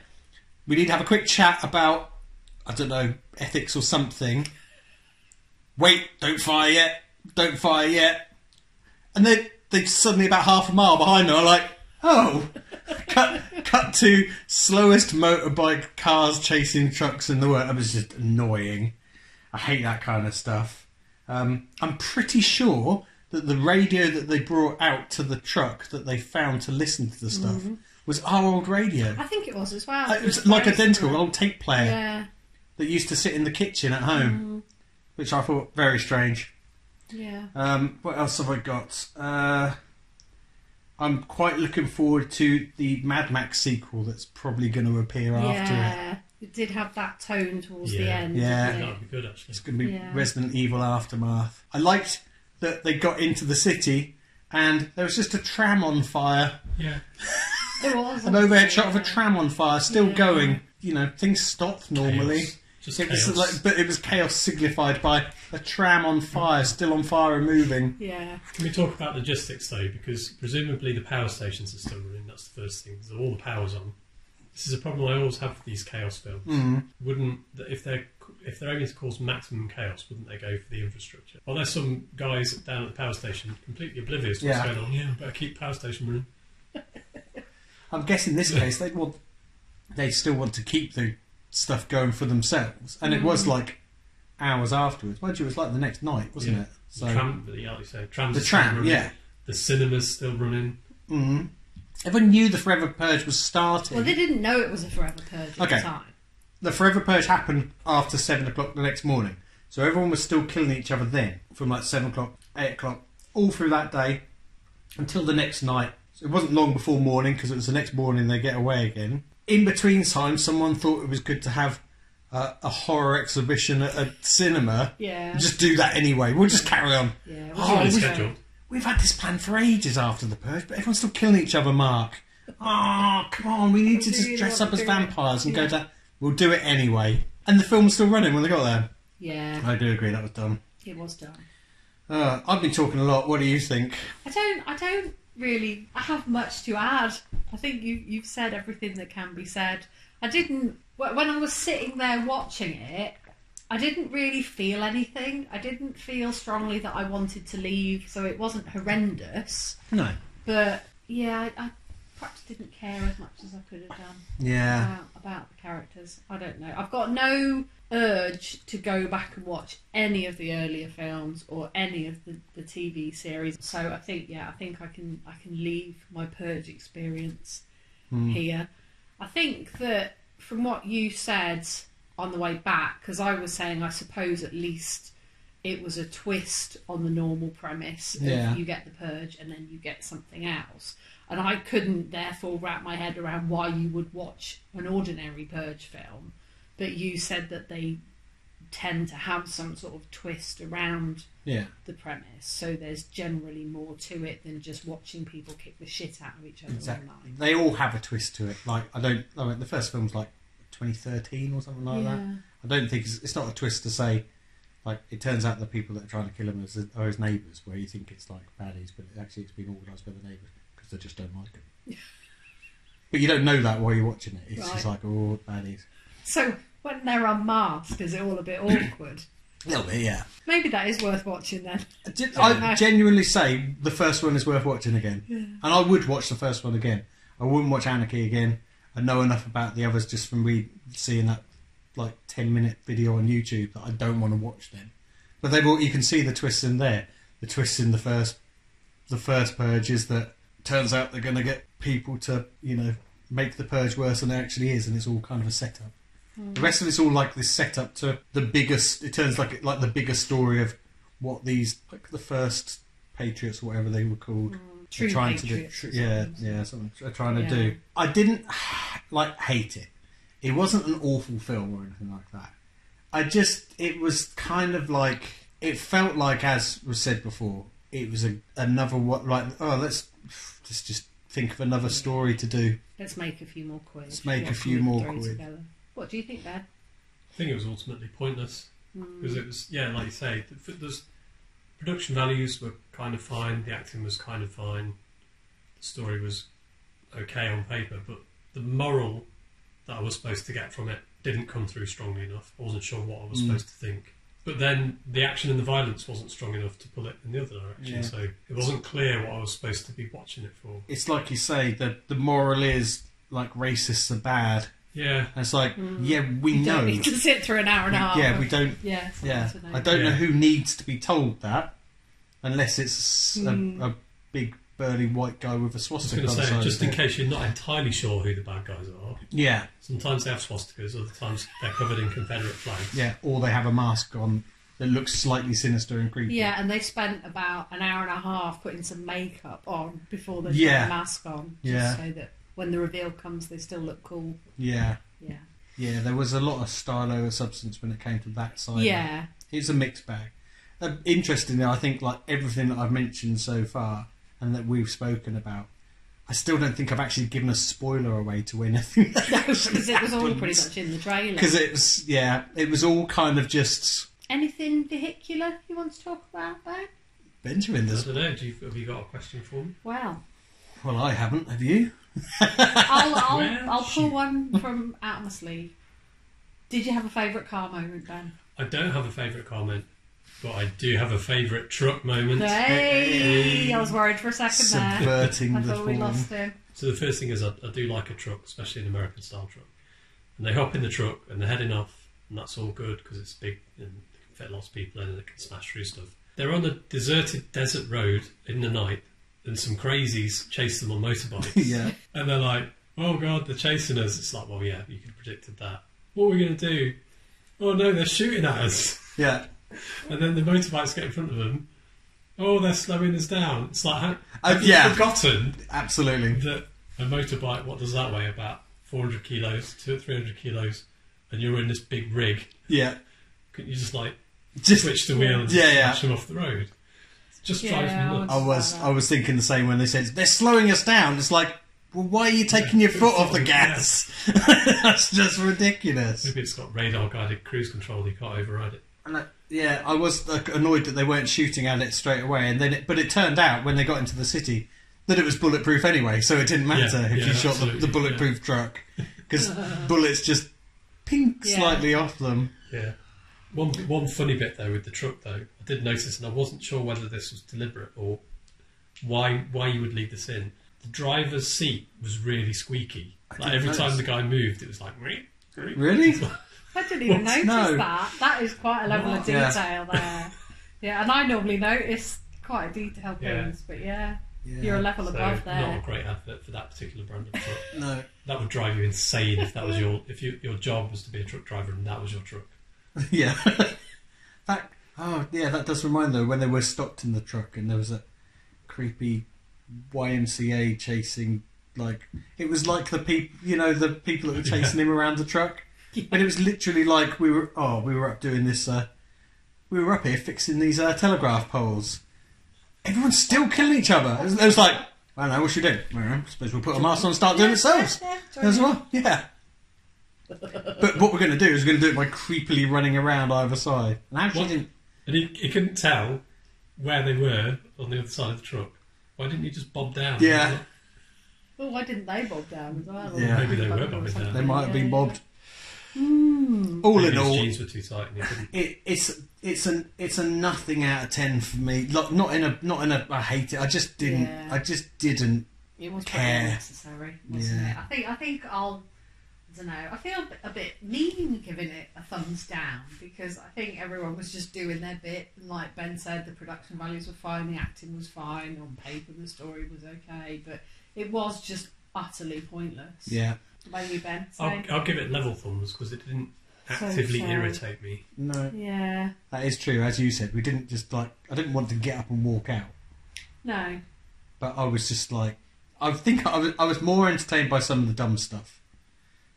A: We need to have a quick chat about, I don't know, ethics or something. Wait, don't fire yet, don't fire yet, and they they suddenly about half a mile behind them are like, oh, cut cut to slowest motorbike cars chasing trucks in the world. It was just annoying. I hate that kind of stuff. Um, I'm pretty sure that the radio that they brought out to the truck that they found to listen to the stuff was our old radio.
C: I think it was as well.
A: It was like identical, an old tape player
C: Yeah, Mm.
A: that used to sit in the kitchen at home, which I thought very strange.
C: yeah.
A: Um, what else have I got? Uh, I'm quite looking forward to the Mad Max sequel that's probably going to appear after it.
C: Yeah, it did have that tone towards the
D: Yeah.
C: end.
A: Yeah.
C: didn't
D: that
C: it?
D: would be good actually.
A: It's going to be
C: Yeah.
A: Resident Evil Aftermath. I liked that they got into the city and there was just a tram on fire,
D: Yeah,
C: It was
A: an overhead
C: actually,
A: shot of a
C: Oh, yeah.
A: tram on fire, still
C: Yeah.
A: going. You know, things stop normally.
D: Chaos. just
A: It
D: chaos.
A: was like, but it was chaos signified by a tram on fire, still on fire and moving.
C: Yeah,
D: Can we talk about logistics though? Because presumably the power stations are still running. That's the first thing. So all the power's on. This is a problem I always have with these chaos films. Wouldn't if they're if they're aiming to cause maximum chaos, wouldn't they go for the infrastructure? Well, there's some guys down at the power station completely oblivious to
A: Yeah.
D: what's going on. Yeah, better keep power station running.
A: I'm guessing this case they want they still want to keep the stuff going for themselves, and it
D: Mm.
A: was like hours afterwards. Mind you, it was like the next night, wasn't
D: Yeah.
A: it? So
D: Tram, yeah, like you say, trams
A: the
D: are still
A: tram,
D: running.
A: yeah.
D: The cinema's still running.
A: Mm. Everyone knew the Forever Purge was starting.
C: well, they didn't know it was a forever purge at
A: Okay.
C: the time.
A: the Forever Purge happened after seven o'clock the next morning, so everyone was still killing each other then, from like seven o'clock, eight o'clock, all through that day until the next night. So it wasn't long before morning because it was the next morning they get away again. In between times, someone thought it was good to have uh, a horror exhibition at a cinema.
C: Yeah,
A: Just do that anyway. We'll just carry on.
C: yeah. It was
A: Oh,
D: Fully
A: we-
C: always-
D: scheduled.
A: We've had this plan for ages after the purge, but everyone's still killing each other. Mark, oh, come on, we need to
C: I
A: just
C: really
A: dress
C: want
A: up
C: to
A: as
C: do it.
A: vampires and go
C: Yeah.
A: down. We'll do it anyway. And the film's still running when they got there.
C: Yeah,
A: I do agree, that was dumb.
C: it was done.
A: Uh, I've been talking a lot. What do you think?
C: I don't. I don't really. I have much to add. I think you you've said everything that can be said. I didn't. wh- When I was sitting there watching it, I didn't really feel anything. I didn't feel strongly that I wanted to leave, so it wasn't horrendous.
A: No.
C: But yeah, I, I perhaps didn't care as much as I could have done
A: Yeah.
C: about, about the characters. I don't know. I've got no urge to go back and watch any of the earlier films or any of the, the TV series. So I think yeah, I think I can I can leave my purge experience here. I think that from what you said on the way back, because I was saying I suppose at least it was a twist on the normal premise. of
A: Yeah.
C: you get the purge and then you get something else. And I couldn't therefore wrap my head around why you would watch an ordinary purge film. But you said that they tend to have some sort of twist around
A: Yeah.
C: the premise. So there's generally more to it than just watching people kick the shit out of each other
A: Exactly.
C: online.
A: They all have a twist to it. Like I don't. I mean, the first film's like 2013 or something like that.
C: Yeah.
A: I don't think it's, it's not a twist to say. Like it turns out the people that are trying to kill him is- are his neighbours, where you think it's like baddies, but actually it's been organised by the neighbours because they just don't like him. but you don't know that while you're watching it. It's just like
C: Right.
A: oh baddies.
C: So when they're unmasked, is it all a bit awkward?
A: A little bit, yeah.
C: Maybe that is worth watching then.
A: Gen-
C: Yeah.
A: I genuinely say the first one is worth watching again, and I would watch the first one again. I wouldn't watch Anarchy again. I know enough about the others just from re- seeing that like ten minute video on YouTube that I don't want to watch them. But they've all, you can see the twists in there. The twists in the first the first purge is that turns out they're going to get people to you know make the purge worse than it actually is, and it's all kind of a setup. The rest of it's all like this setup to the biggest. It turns like like the bigger story of what these like the first patriots or whatever they were called
C: True
A: are trying
C: patriots
A: to
C: or
A: do. Yeah,
C: something.
A: yeah, something they're trying to
C: Yeah.
A: do. I didn't like hate it. It wasn't an awful film or anything like that. I just it was kind of like it felt like as was said before. It was a, another what like oh let's let's just think of another story to do.
C: Let's make a few more quid.
A: Let's make
C: What
A: a
C: can
A: few
C: we
A: more
C: throw
A: quid.
C: together? What do you think, Dad?
D: I think it was ultimately pointless because it was, yeah, like you say, the, f- those production values were kind of fine, the acting was kind of fine, the story was okay on paper, but the moral that I was supposed to get from it didn't come through strongly enough. I wasn't sure what I was
A: Mm.
D: supposed to think. But then the action and the violence wasn't strong enough to pull it in the other direction,
A: Yeah.
D: so it wasn't clear what I was supposed to be watching it for.
A: It's like you say the the moral is like racists are bad.
D: Yeah,
A: And it's like yeah we
C: Mm. You
A: know
C: don't need to sit through an hour and a half.
A: yeah
C: of-
A: we don't
C: Yeah,
A: Yeah,
C: someone to know.
A: I don't know
D: Yeah.
A: who needs to be told that, unless it's a,
C: Hmm.
A: a big burly white guy with a
D: I was
A: swastika.
D: going to
A: on the
D: say,
A: side
D: just
A: of
D: in
A: it.
D: case you're not entirely sure who the bad guys are,
A: Yeah,
D: Sometimes they have swastikas, other times they're covered in Confederate flags.
A: yeah, or they have a mask on that looks slightly sinister and creepy.
C: Yeah, and they spent about an hour and a half putting some makeup on before they
A: Yeah.
C: put the mask on, just
A: Yeah.
C: so that when the reveal comes, they still look cool.
A: yeah,
C: Yeah,
A: yeah. There was a lot of style over substance when it came to that side.
C: yeah,
A: it's a mixed bag. Uh, interestingly, I think like everything that I've mentioned so far and that we've spoken about. I still don't think I've actually given a spoiler away to anything.
C: because it was all pretty much in the trailer.
A: Because it was, yeah, it was all kind of just
C: Anything particular you want to talk about, though?
A: Benjamin
D: I
A: does.
D: don't know, do you, have you got a question for me?
C: Well,
A: Well, I haven't. Have you?
C: I'll I'll,
D: Well,
C: I'll pull
D: shit.
C: one from out of my sleeve. Did you have a favourite car moment, Ben?
D: I don't have a favourite comment, but I do have a favourite truck moment.
C: Hey, I was worried for a second there.
A: Subverting
C: I
A: the
C: thought we
A: form.
C: lost him.
D: So the first thing is I, I do like a truck, especially an American style truck. And they hop in the truck and they're heading off, and that's all good because it's big and they can fit lots of people in and they can smash through stuff. They're on a deserted desert road in the night, and some crazies chase them on motorbikes.
A: yeah,
D: And they're like, oh god, they're chasing us. It's like, well, yeah, you could have predicted that. What are we going to do? Oh no, they're shooting at us.
A: yeah.
D: And then the motorbikes get in front of them. Oh, they're slowing us down. It's like, have
A: Uh,
D: have you
A: yeah.
D: forgotten
A: Absolutely.
D: that a motorbike, what does that weigh? About 400 kilos, two 300 kilos, and you're in this big rig.
A: Yeah.
D: Couldn't you just like
A: Just
D: switch the wheel and
A: Yeah, yeah.
D: smash them off the road? Just drive
C: Yeah, I
D: them
C: would-
D: nuts.
A: I was. I was thinking the same when they said they're slowing us down. It's like Well, why are you taking your
D: Yeah,
A: foot off the
D: yeah.
A: gas? That's just ridiculous.
D: Maybe it's got radar guided cruise control. You can't override it.
A: And I- Yeah, I was like, annoyed that they weren't shooting at it straight away, and then it, but it turned out when they got into the city that it was bulletproof anyway, so it didn't matter
D: Yeah,
A: if
D: yeah,
A: you shot the, the
D: absolutely,
A: bulletproof truck because bullets just ping
C: Yeah.
A: slightly off them.
D: Yeah. One one funny bit though with the truck though, I did notice, and I wasn't sure whether this was deliberate or why why you would leave this in. The driver's seat was really squeaky. Like
A: didn't
D: every time
A: notice.
D: the guy moved, it was like. "Meep, meep."
A: Really?
C: I didn't
A: What?
C: even notice
A: No.
C: that. That is quite a level of
A: Yeah.
C: detail there. Yeah, and I normally notice quite a detail
D: Yeah.
C: things, but yeah,
A: Yeah.
C: you're a level
D: So
C: above
D: not a
C: there.
D: great advert for that particular brand of truck.
A: No.
D: That would drive you insane if that was your if you, your job was to be a truck driver and that was your truck.
A: Yeah. that. Oh, yeah. That does remind though when they were stopped in the truck and there was that creepy YMCA chasing. Like it was like the people, you know, the people that were chasing him around the truck. And it was literally like we were. Oh, we were up doing this. Uh, we were up here fixing these uh, telegraph poles. Everyone's still killing each other. It was, it was like. I don't know, what should we do? I don't know, suppose we'll put our masks on and start doing it ourselves. As well, yeah. but what we're going to do is we're going to do it by creepily running around either side. And actually,
D: What-
A: didn't.
D: And he, he couldn't tell where they were on the other side of the truck. Why didn't you just bob down?
A: Yeah.
C: Well, Oh, why didn't they bob down as well?
A: Yeah.
D: Maybe they were
C: Or
D: bobbing
C: something,
D: down.
A: They might have
C: yeah.
A: been mobbed.
C: Hmm.
A: All in
D: Maybe his
A: all,
D: jeans were too tight and he couldn't
A: it, it's it's an it's a nothing out of ten for me. Like, not in a not in a. I hate it. I just didn't.
C: Yeah.
A: I just didn't.
C: It was
A: Care.
C: pretty unnecessary, wasn't
A: Yeah.
C: it? I think I think I'll. I don't know. I feel a bit- a bit mean giving it a thumbs down because I think everyone was just doing their bit. And like Ben said, the production values were fine, the acting was fine, on paper the story was okay, but it was just utterly pointless.
A: Yeah.
C: Maybe Ben. So,
D: I'll, I'll give it level thumbs because it didn't
C: So
D: actively
C: sad.
D: irritate me.
A: No,
C: yeah.
A: that is true. As you said, we didn't just like. I didn't want to get up and walk out,
C: No.
A: but I was just like. I think I was I was more entertained by some of the dumb stuff.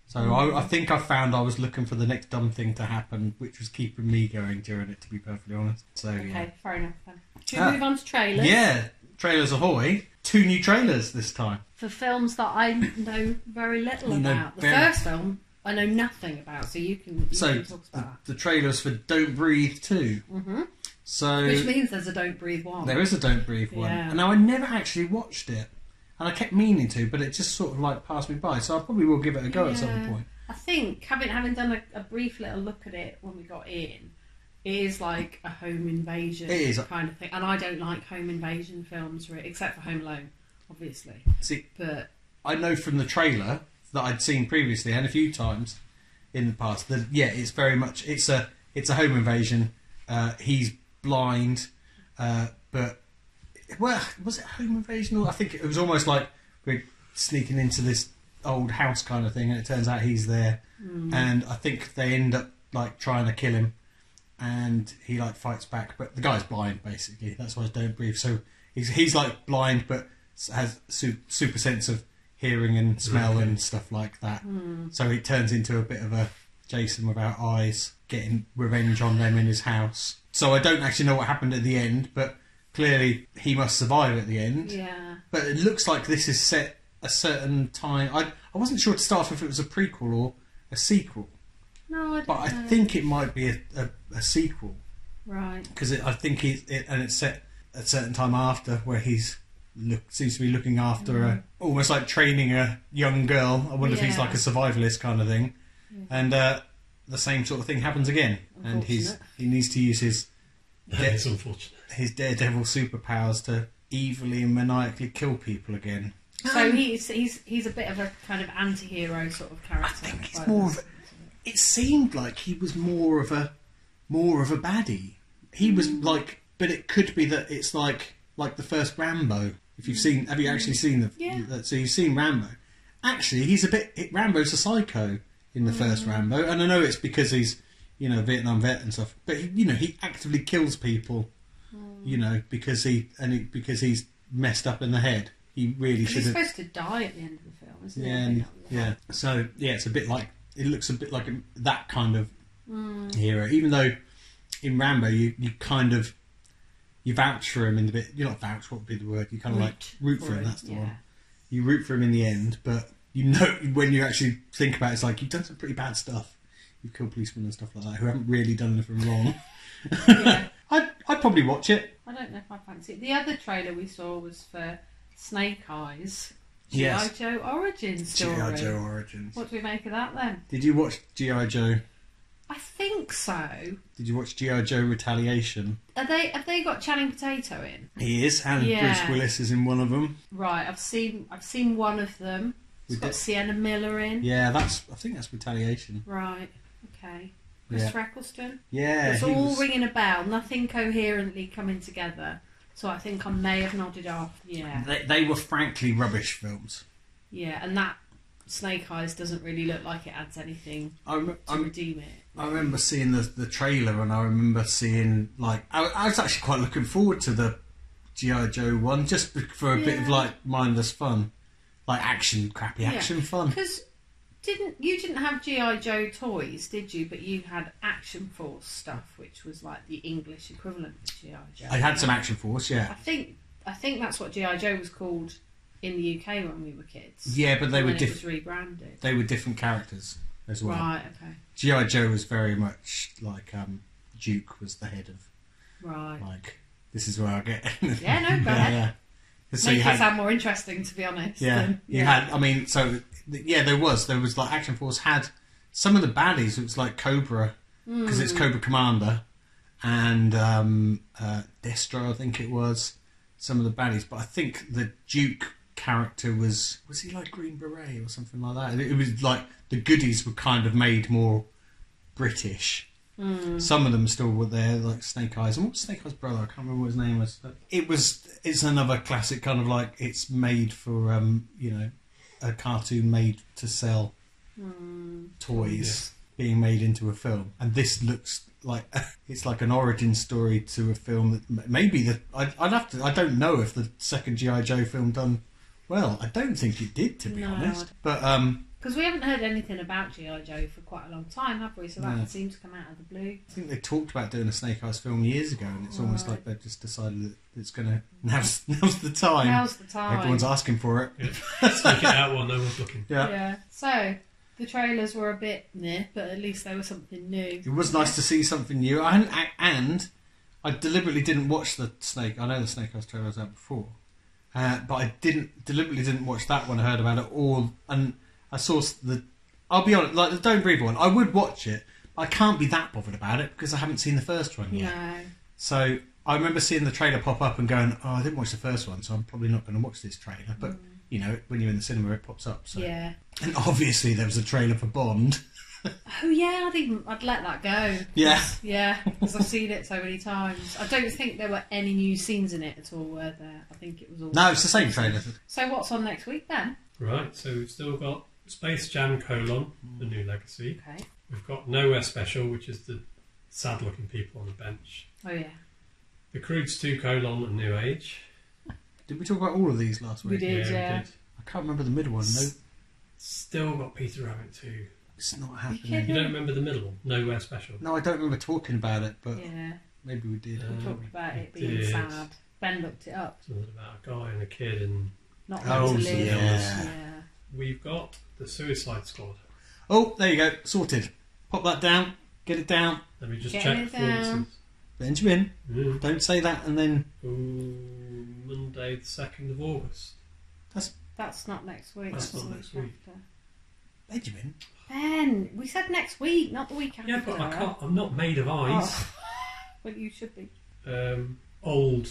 A: So I, I think I found I was looking for the next dumb thing to happen, which was keeping me going during it. To be perfectly honest. So
C: Okay.
A: Oh, yeah.
C: Fair enough. Then. Should
A: Ah.
C: we move on to trailers?
A: Yeah, trailers ahoy! Two new trailers this time.
C: for films that I know very little
A: You know
C: about. The
A: very-
C: first film I know nothing about, so you can, you
A: So
C: can talk
A: the,
C: about
A: the trailers for Don't Breathe Two.
C: that. hmm
A: So
C: Which means there's a Don't Breathe one.
A: there is a Don't Breathe one,
C: Yeah.
A: and now I never actually watched it, and I kept meaning to, but it just sort of like passed me by. So I probably will give it a go at some
C: Yeah.
A: point.
C: I think having having done a, a brief little look at it when we got in, it is like a home invasion
A: It is.
C: kind of thing, and I don't like home invasion films, really, except for Home Alone, obviously.
A: See,
C: But
A: I know from the trailer that I'd seen previously and a few times in the past that yeah, it's very much it's a it's a home invasion. Uh, he's blind, uh, but well, was it home invasion? Or I think it was almost like we're sneaking into this old house kind of thing, and it turns out he's there. And I think they end up like trying to kill him, and he like fights back, but the guy's blind basically. That's why I don't breathe. So he's he's like blind, but has su- super sense of hearing and smell
C: Mm.
A: and stuff like that. So it turns into a bit of a Jason without eyes getting revenge on them in his house. So I don't actually know what happened at the end, but clearly he must survive at the end.
C: yeah,
A: But it looks like this is set a certain time. I I wasn't sure to start off if it was a prequel or a sequel,
C: no, I don't
A: but I
C: know.
A: think it might be a, a, a sequel
C: right.
A: because I think he it, and it's set at a certain time after where he's look seems to be looking after a, almost like training a young girl. I wonder if he's
C: Yeah.
A: like a survivalist kind of thing, and uh, the same sort of thing happens again, and he's he needs to use his
D: That is unfortunate.
A: his daredevil superpowers to evilly and maniacally kill people again.
C: So he's he's he's a bit of a kind of anti-hero sort of character.
A: I think
C: by
A: it's
C: the
A: more of. It seemed like he was more of a, more of a baddie. He was like, but it could be that it's like like the first Rambo. If you've seen, have you actually seen the?
C: Yeah.
A: that- So you've seen Rambo. Actually, he's a bit. It, Rambo's a psycho in the first Rambo, and I know it's because he's, you know, a Vietnam vet and stuff. But he, you know, he actively kills people. You know, because he and he, because he's messed up in the head. He really
C: Because he's
A: should have.
C: supposed to die at the end of the film, isn't he?
A: Yeah, and- yeah. So yeah, it's a bit like it looks a bit like a, that kind of hero. Even though in Rambo you, you kind of you vouch for him in the bit. You're not vouch. What would be the word? You kind of like root for him. That's the
C: yeah.
A: one. you root for him in the end, but you know when you actually think about it, it's like you've done some pretty bad stuff. You've killed policemen and stuff like that who haven't really done anything wrong.
C: Yeah.
A: I'd, I'd probably watch it.
C: I don't know if I fancy it. The other trailer we saw was for Snake Eyes. G.I.
A: Yes.
C: Joe Origin story.
A: G.I. Joe Origins.
C: What do we make of that then?
A: Did you watch G.I. Joe?
C: I think so.
A: Did you watch G.I. Joe Retaliation?
C: Are they have they got Channing Potato in?
A: He is, and
C: Yeah.
A: Bruce Willis is in one of them.
C: Right, I've seen I've seen one of them. It's
A: We
C: got
A: did-
C: Sienna Miller in.
A: Yeah, that's. I think that's Retaliation.
C: Right, okay. Chris
A: Yeah,
C: Eccleston.
A: yeah.
C: it's
A: he
C: all
A: was-
C: ringing a bell. Nothing coherently coming together. So I think I may have nodded off. Yeah,
A: they, they were frankly rubbish films.
C: yeah. And that Snake Eyes doesn't really look like it adds anything
A: I, rem-
C: to
A: I rem-
C: redeem it.
A: I remember seeing the, the trailer and I remember seeing like I, I was actually quite looking forward to the GI Joe one just be- for a bit of
C: Yeah.
A: like mindless fun, like action crappy action fun.
C: Because didn't you didn't have GI Joe toys, did you? But you had Action Force stuff, which was like the English equivalent of GI Joe.
A: I had some action force,
C: I
A: yeah,
C: think I think that's what GI Joe was called in the UK when we were kids.
A: yeah, but they
C: And
A: were
C: then It was
A: different.
C: rebranded.
A: They were different characters as well.
C: Right. Okay.
A: GI Joe was very much like um, Duke was the head of
C: Right.
A: like this is where I get.
C: Yeah, no, go ahead.
A: So
C: Make
A: you
C: it
A: had
C: sound more interesting, to be honest.
A: Yeah,
C: than-
A: you had. I mean, so th- yeah, there was. There was like Action Force had some of the baddies. It was like Cobra because
C: Mm.
A: it's Cobra Commander and um, uh, Destro, I think it was. Some of the baddies, but I think the Duke character was was he like Green Beret or something like that. It, it was like the goodies were kind of made more British.
C: Mm.
A: Some of them still were there, like Snake Eyes. And what was Snake Eyes' brother? I can't remember what his name was. But it was. It's another classic kind of like it's made for um, you know, a cartoon made to sell
C: Mm.
A: toys being made into a film, and this looks like it's like an origin story to a film that m- maybe the I'd, I'd have to. I don't know if the second GI Joe film done well. I don't think it did, to be
C: No, I
A: honest.
C: don't-
A: But um,
C: Because we haven't heard anything about GI Joe for quite a long time, have we? So that
A: No.
C: seems to come out of the blue.
A: I think they talked about doing a Snake Eyes film years ago, and it's almost
C: Right.
A: like they've just decided that it's gonna now's now's the time.
C: Now's the time.
A: Everyone's asking for it.
D: Stick it out while no one's looking.
A: Yeah.
C: Yeah. So the trailers were a bit meh, but at least they were something new.
A: It was nice to see something new. I hadn't, I, and I deliberately didn't watch the Snake. I know the Snake Eyes trailer was out before, uh, but I didn't deliberately didn't watch that one. I heard about it all, and I saw s- the. I'll be honest, like the Don't Breathe one. I would watch it. But I can't be that bothered about it because I haven't seen the first one yet.
C: No.
A: So I remember seeing the trailer pop up and going, "Oh, I didn't watch the first one, so I'm probably not going to watch this trailer." But you know, when you're in the cinema, it pops up. So
C: Mm. Yeah.
A: and obviously there was a trailer for Bond.
C: Oh yeah, I'd even I'd let that go.
A: Yeah.
C: Yeah, because I've seen it so many times. I don't think there were any new scenes in it at all, were there? I think it was all.
A: No, it's the same trailer.
C: So what's on next week then?
D: Right, so we've still got Space Jam colon, The New Legacy.
C: Okay.
D: We've got Nowhere Special, which is the sad looking people on the bench.
C: Oh yeah,
D: The Croods 2 colon, A New Age.
A: Did we talk about all of these last
C: we
A: week?
C: did. Yeah.
A: I can't remember the middle one. No,
D: S- Still got Peter Rabbit 2.
A: it's not
C: kidding?
A: happening.
D: You don't remember the middle one? Nowhere Special.
A: No, I don't remember talking about it, but
C: Yeah.
A: maybe we did.
C: We
D: Um,
C: talked about it
D: we
C: being
D: did.
C: sad. Ben looked it up.
D: Something about a guy and a kid, and
C: Not
A: Oh,
C: meant to live.
A: yeah.
C: yeah.
D: we've got The Suicide Squad.
A: Oh, there you go. Sorted. Pop that down. Get it down.
D: Let me just
C: Get
D: check
C: it down.
D: performances.
A: Benjamin,
D: Mm.
A: don't say that and then.
D: Ooh, Monday, the 2nd of August.
C: That's not next week.
D: That's
C: the
D: not next week.
C: after.
A: Benjamin?
C: Ben, we said next week, not the week after.
D: Yeah, but I can't. I'm not made of eyes.
C: Oh. Well, you should be. Oh.
D: Um, old.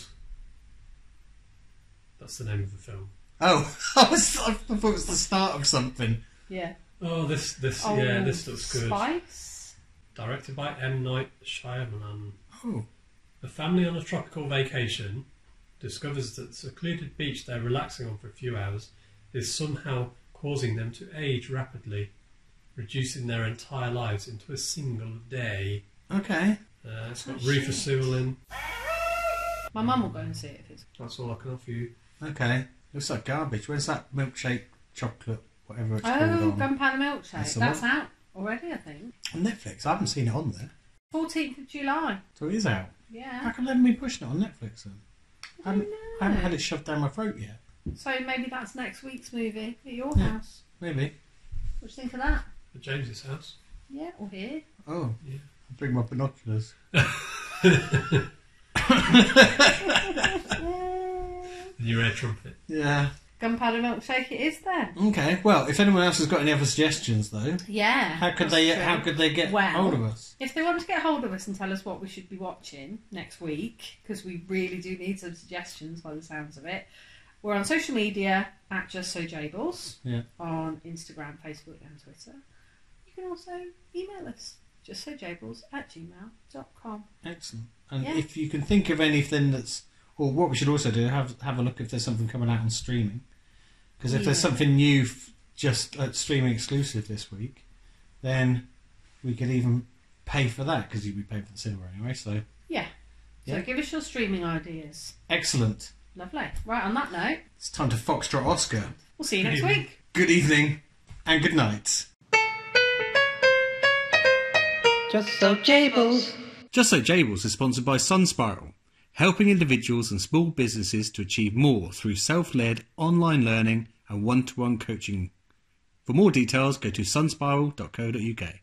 D: That's the name of the film.
A: Oh, I, was, I thought it was the start of something.
C: Yeah.
D: Oh, this this yeah,
C: Old
D: this looks good.
C: Spice.
D: Directed by M Night Shyamalan.
A: Oh.
D: A family on a tropical vacation discovers that the secluded beach they're relaxing on for a few hours is somehow causing them to age rapidly, reducing their entire lives into a single day.
A: Okay.
D: Uh, it's got
C: Oh,
D: Rufus
C: shit.
D: Sewell in.
C: My mum will go and see it if it's.
D: That's all I can offer you.
A: Okay. Looks like garbage. Where's that milkshake, chocolate, whatever it's
C: Oh,
A: called on?
C: Gunpowder Milkshake.
A: That's
C: That's,
A: the
C: out already, I think.
A: on Netflix. I haven't seen it on there.
C: 14th of July.
A: So it is out. How
C: Yeah.
A: come they haven't been pushing it on Netflix then? I haven't, I haven't had it shoved down my throat yet.
C: So maybe that's next week's movie at your house.
A: Maybe.
C: What do you think of that?
D: At James's house.
C: Yeah, or here.
A: Oh,
D: Yeah.
A: I'll bring my binoculars.
D: And your air trumpet.
A: Yeah.
C: Gunpowder milkshake it is then.
A: Okay. Well, if anyone else has got any other suggestions, though,
C: Yeah.
A: how could
C: that's
A: they?
C: true.
A: How could they get
C: Well-
A: hold of us?
C: If they want to get hold of us and tell us what we should be watching next week, because we really do need some suggestions by the sounds of it, we're on social media at Just So Jables
A: Yeah.
C: on Instagram, Facebook, and Twitter. You can also email us just so jables at gmail.com.
A: Excellent. And
C: Yeah.
A: if you can think of anything that's, or what we should also do, have have a look if there's something coming out on streaming, because if there's
C: Yeah.
A: something new, f- just uh, streaming exclusive this week, then we could even pay for that because you'd be paying for the cinema anyway. So
C: So
A: Yeah.
C: give us your streaming ideas.
A: excellent.
C: Lovely. Right, on that note,
A: It's time to foxtrot Oscar.
C: we'll see you next
D: Evening.
C: week.
A: Good evening, and good night.
B: Just so Jables.
A: Just So Jables is sponsored by Sun Spiral, helping individuals and small businesses to achieve more through self led online learning and one to one coaching. For more details, go to sunspiral.co.uk.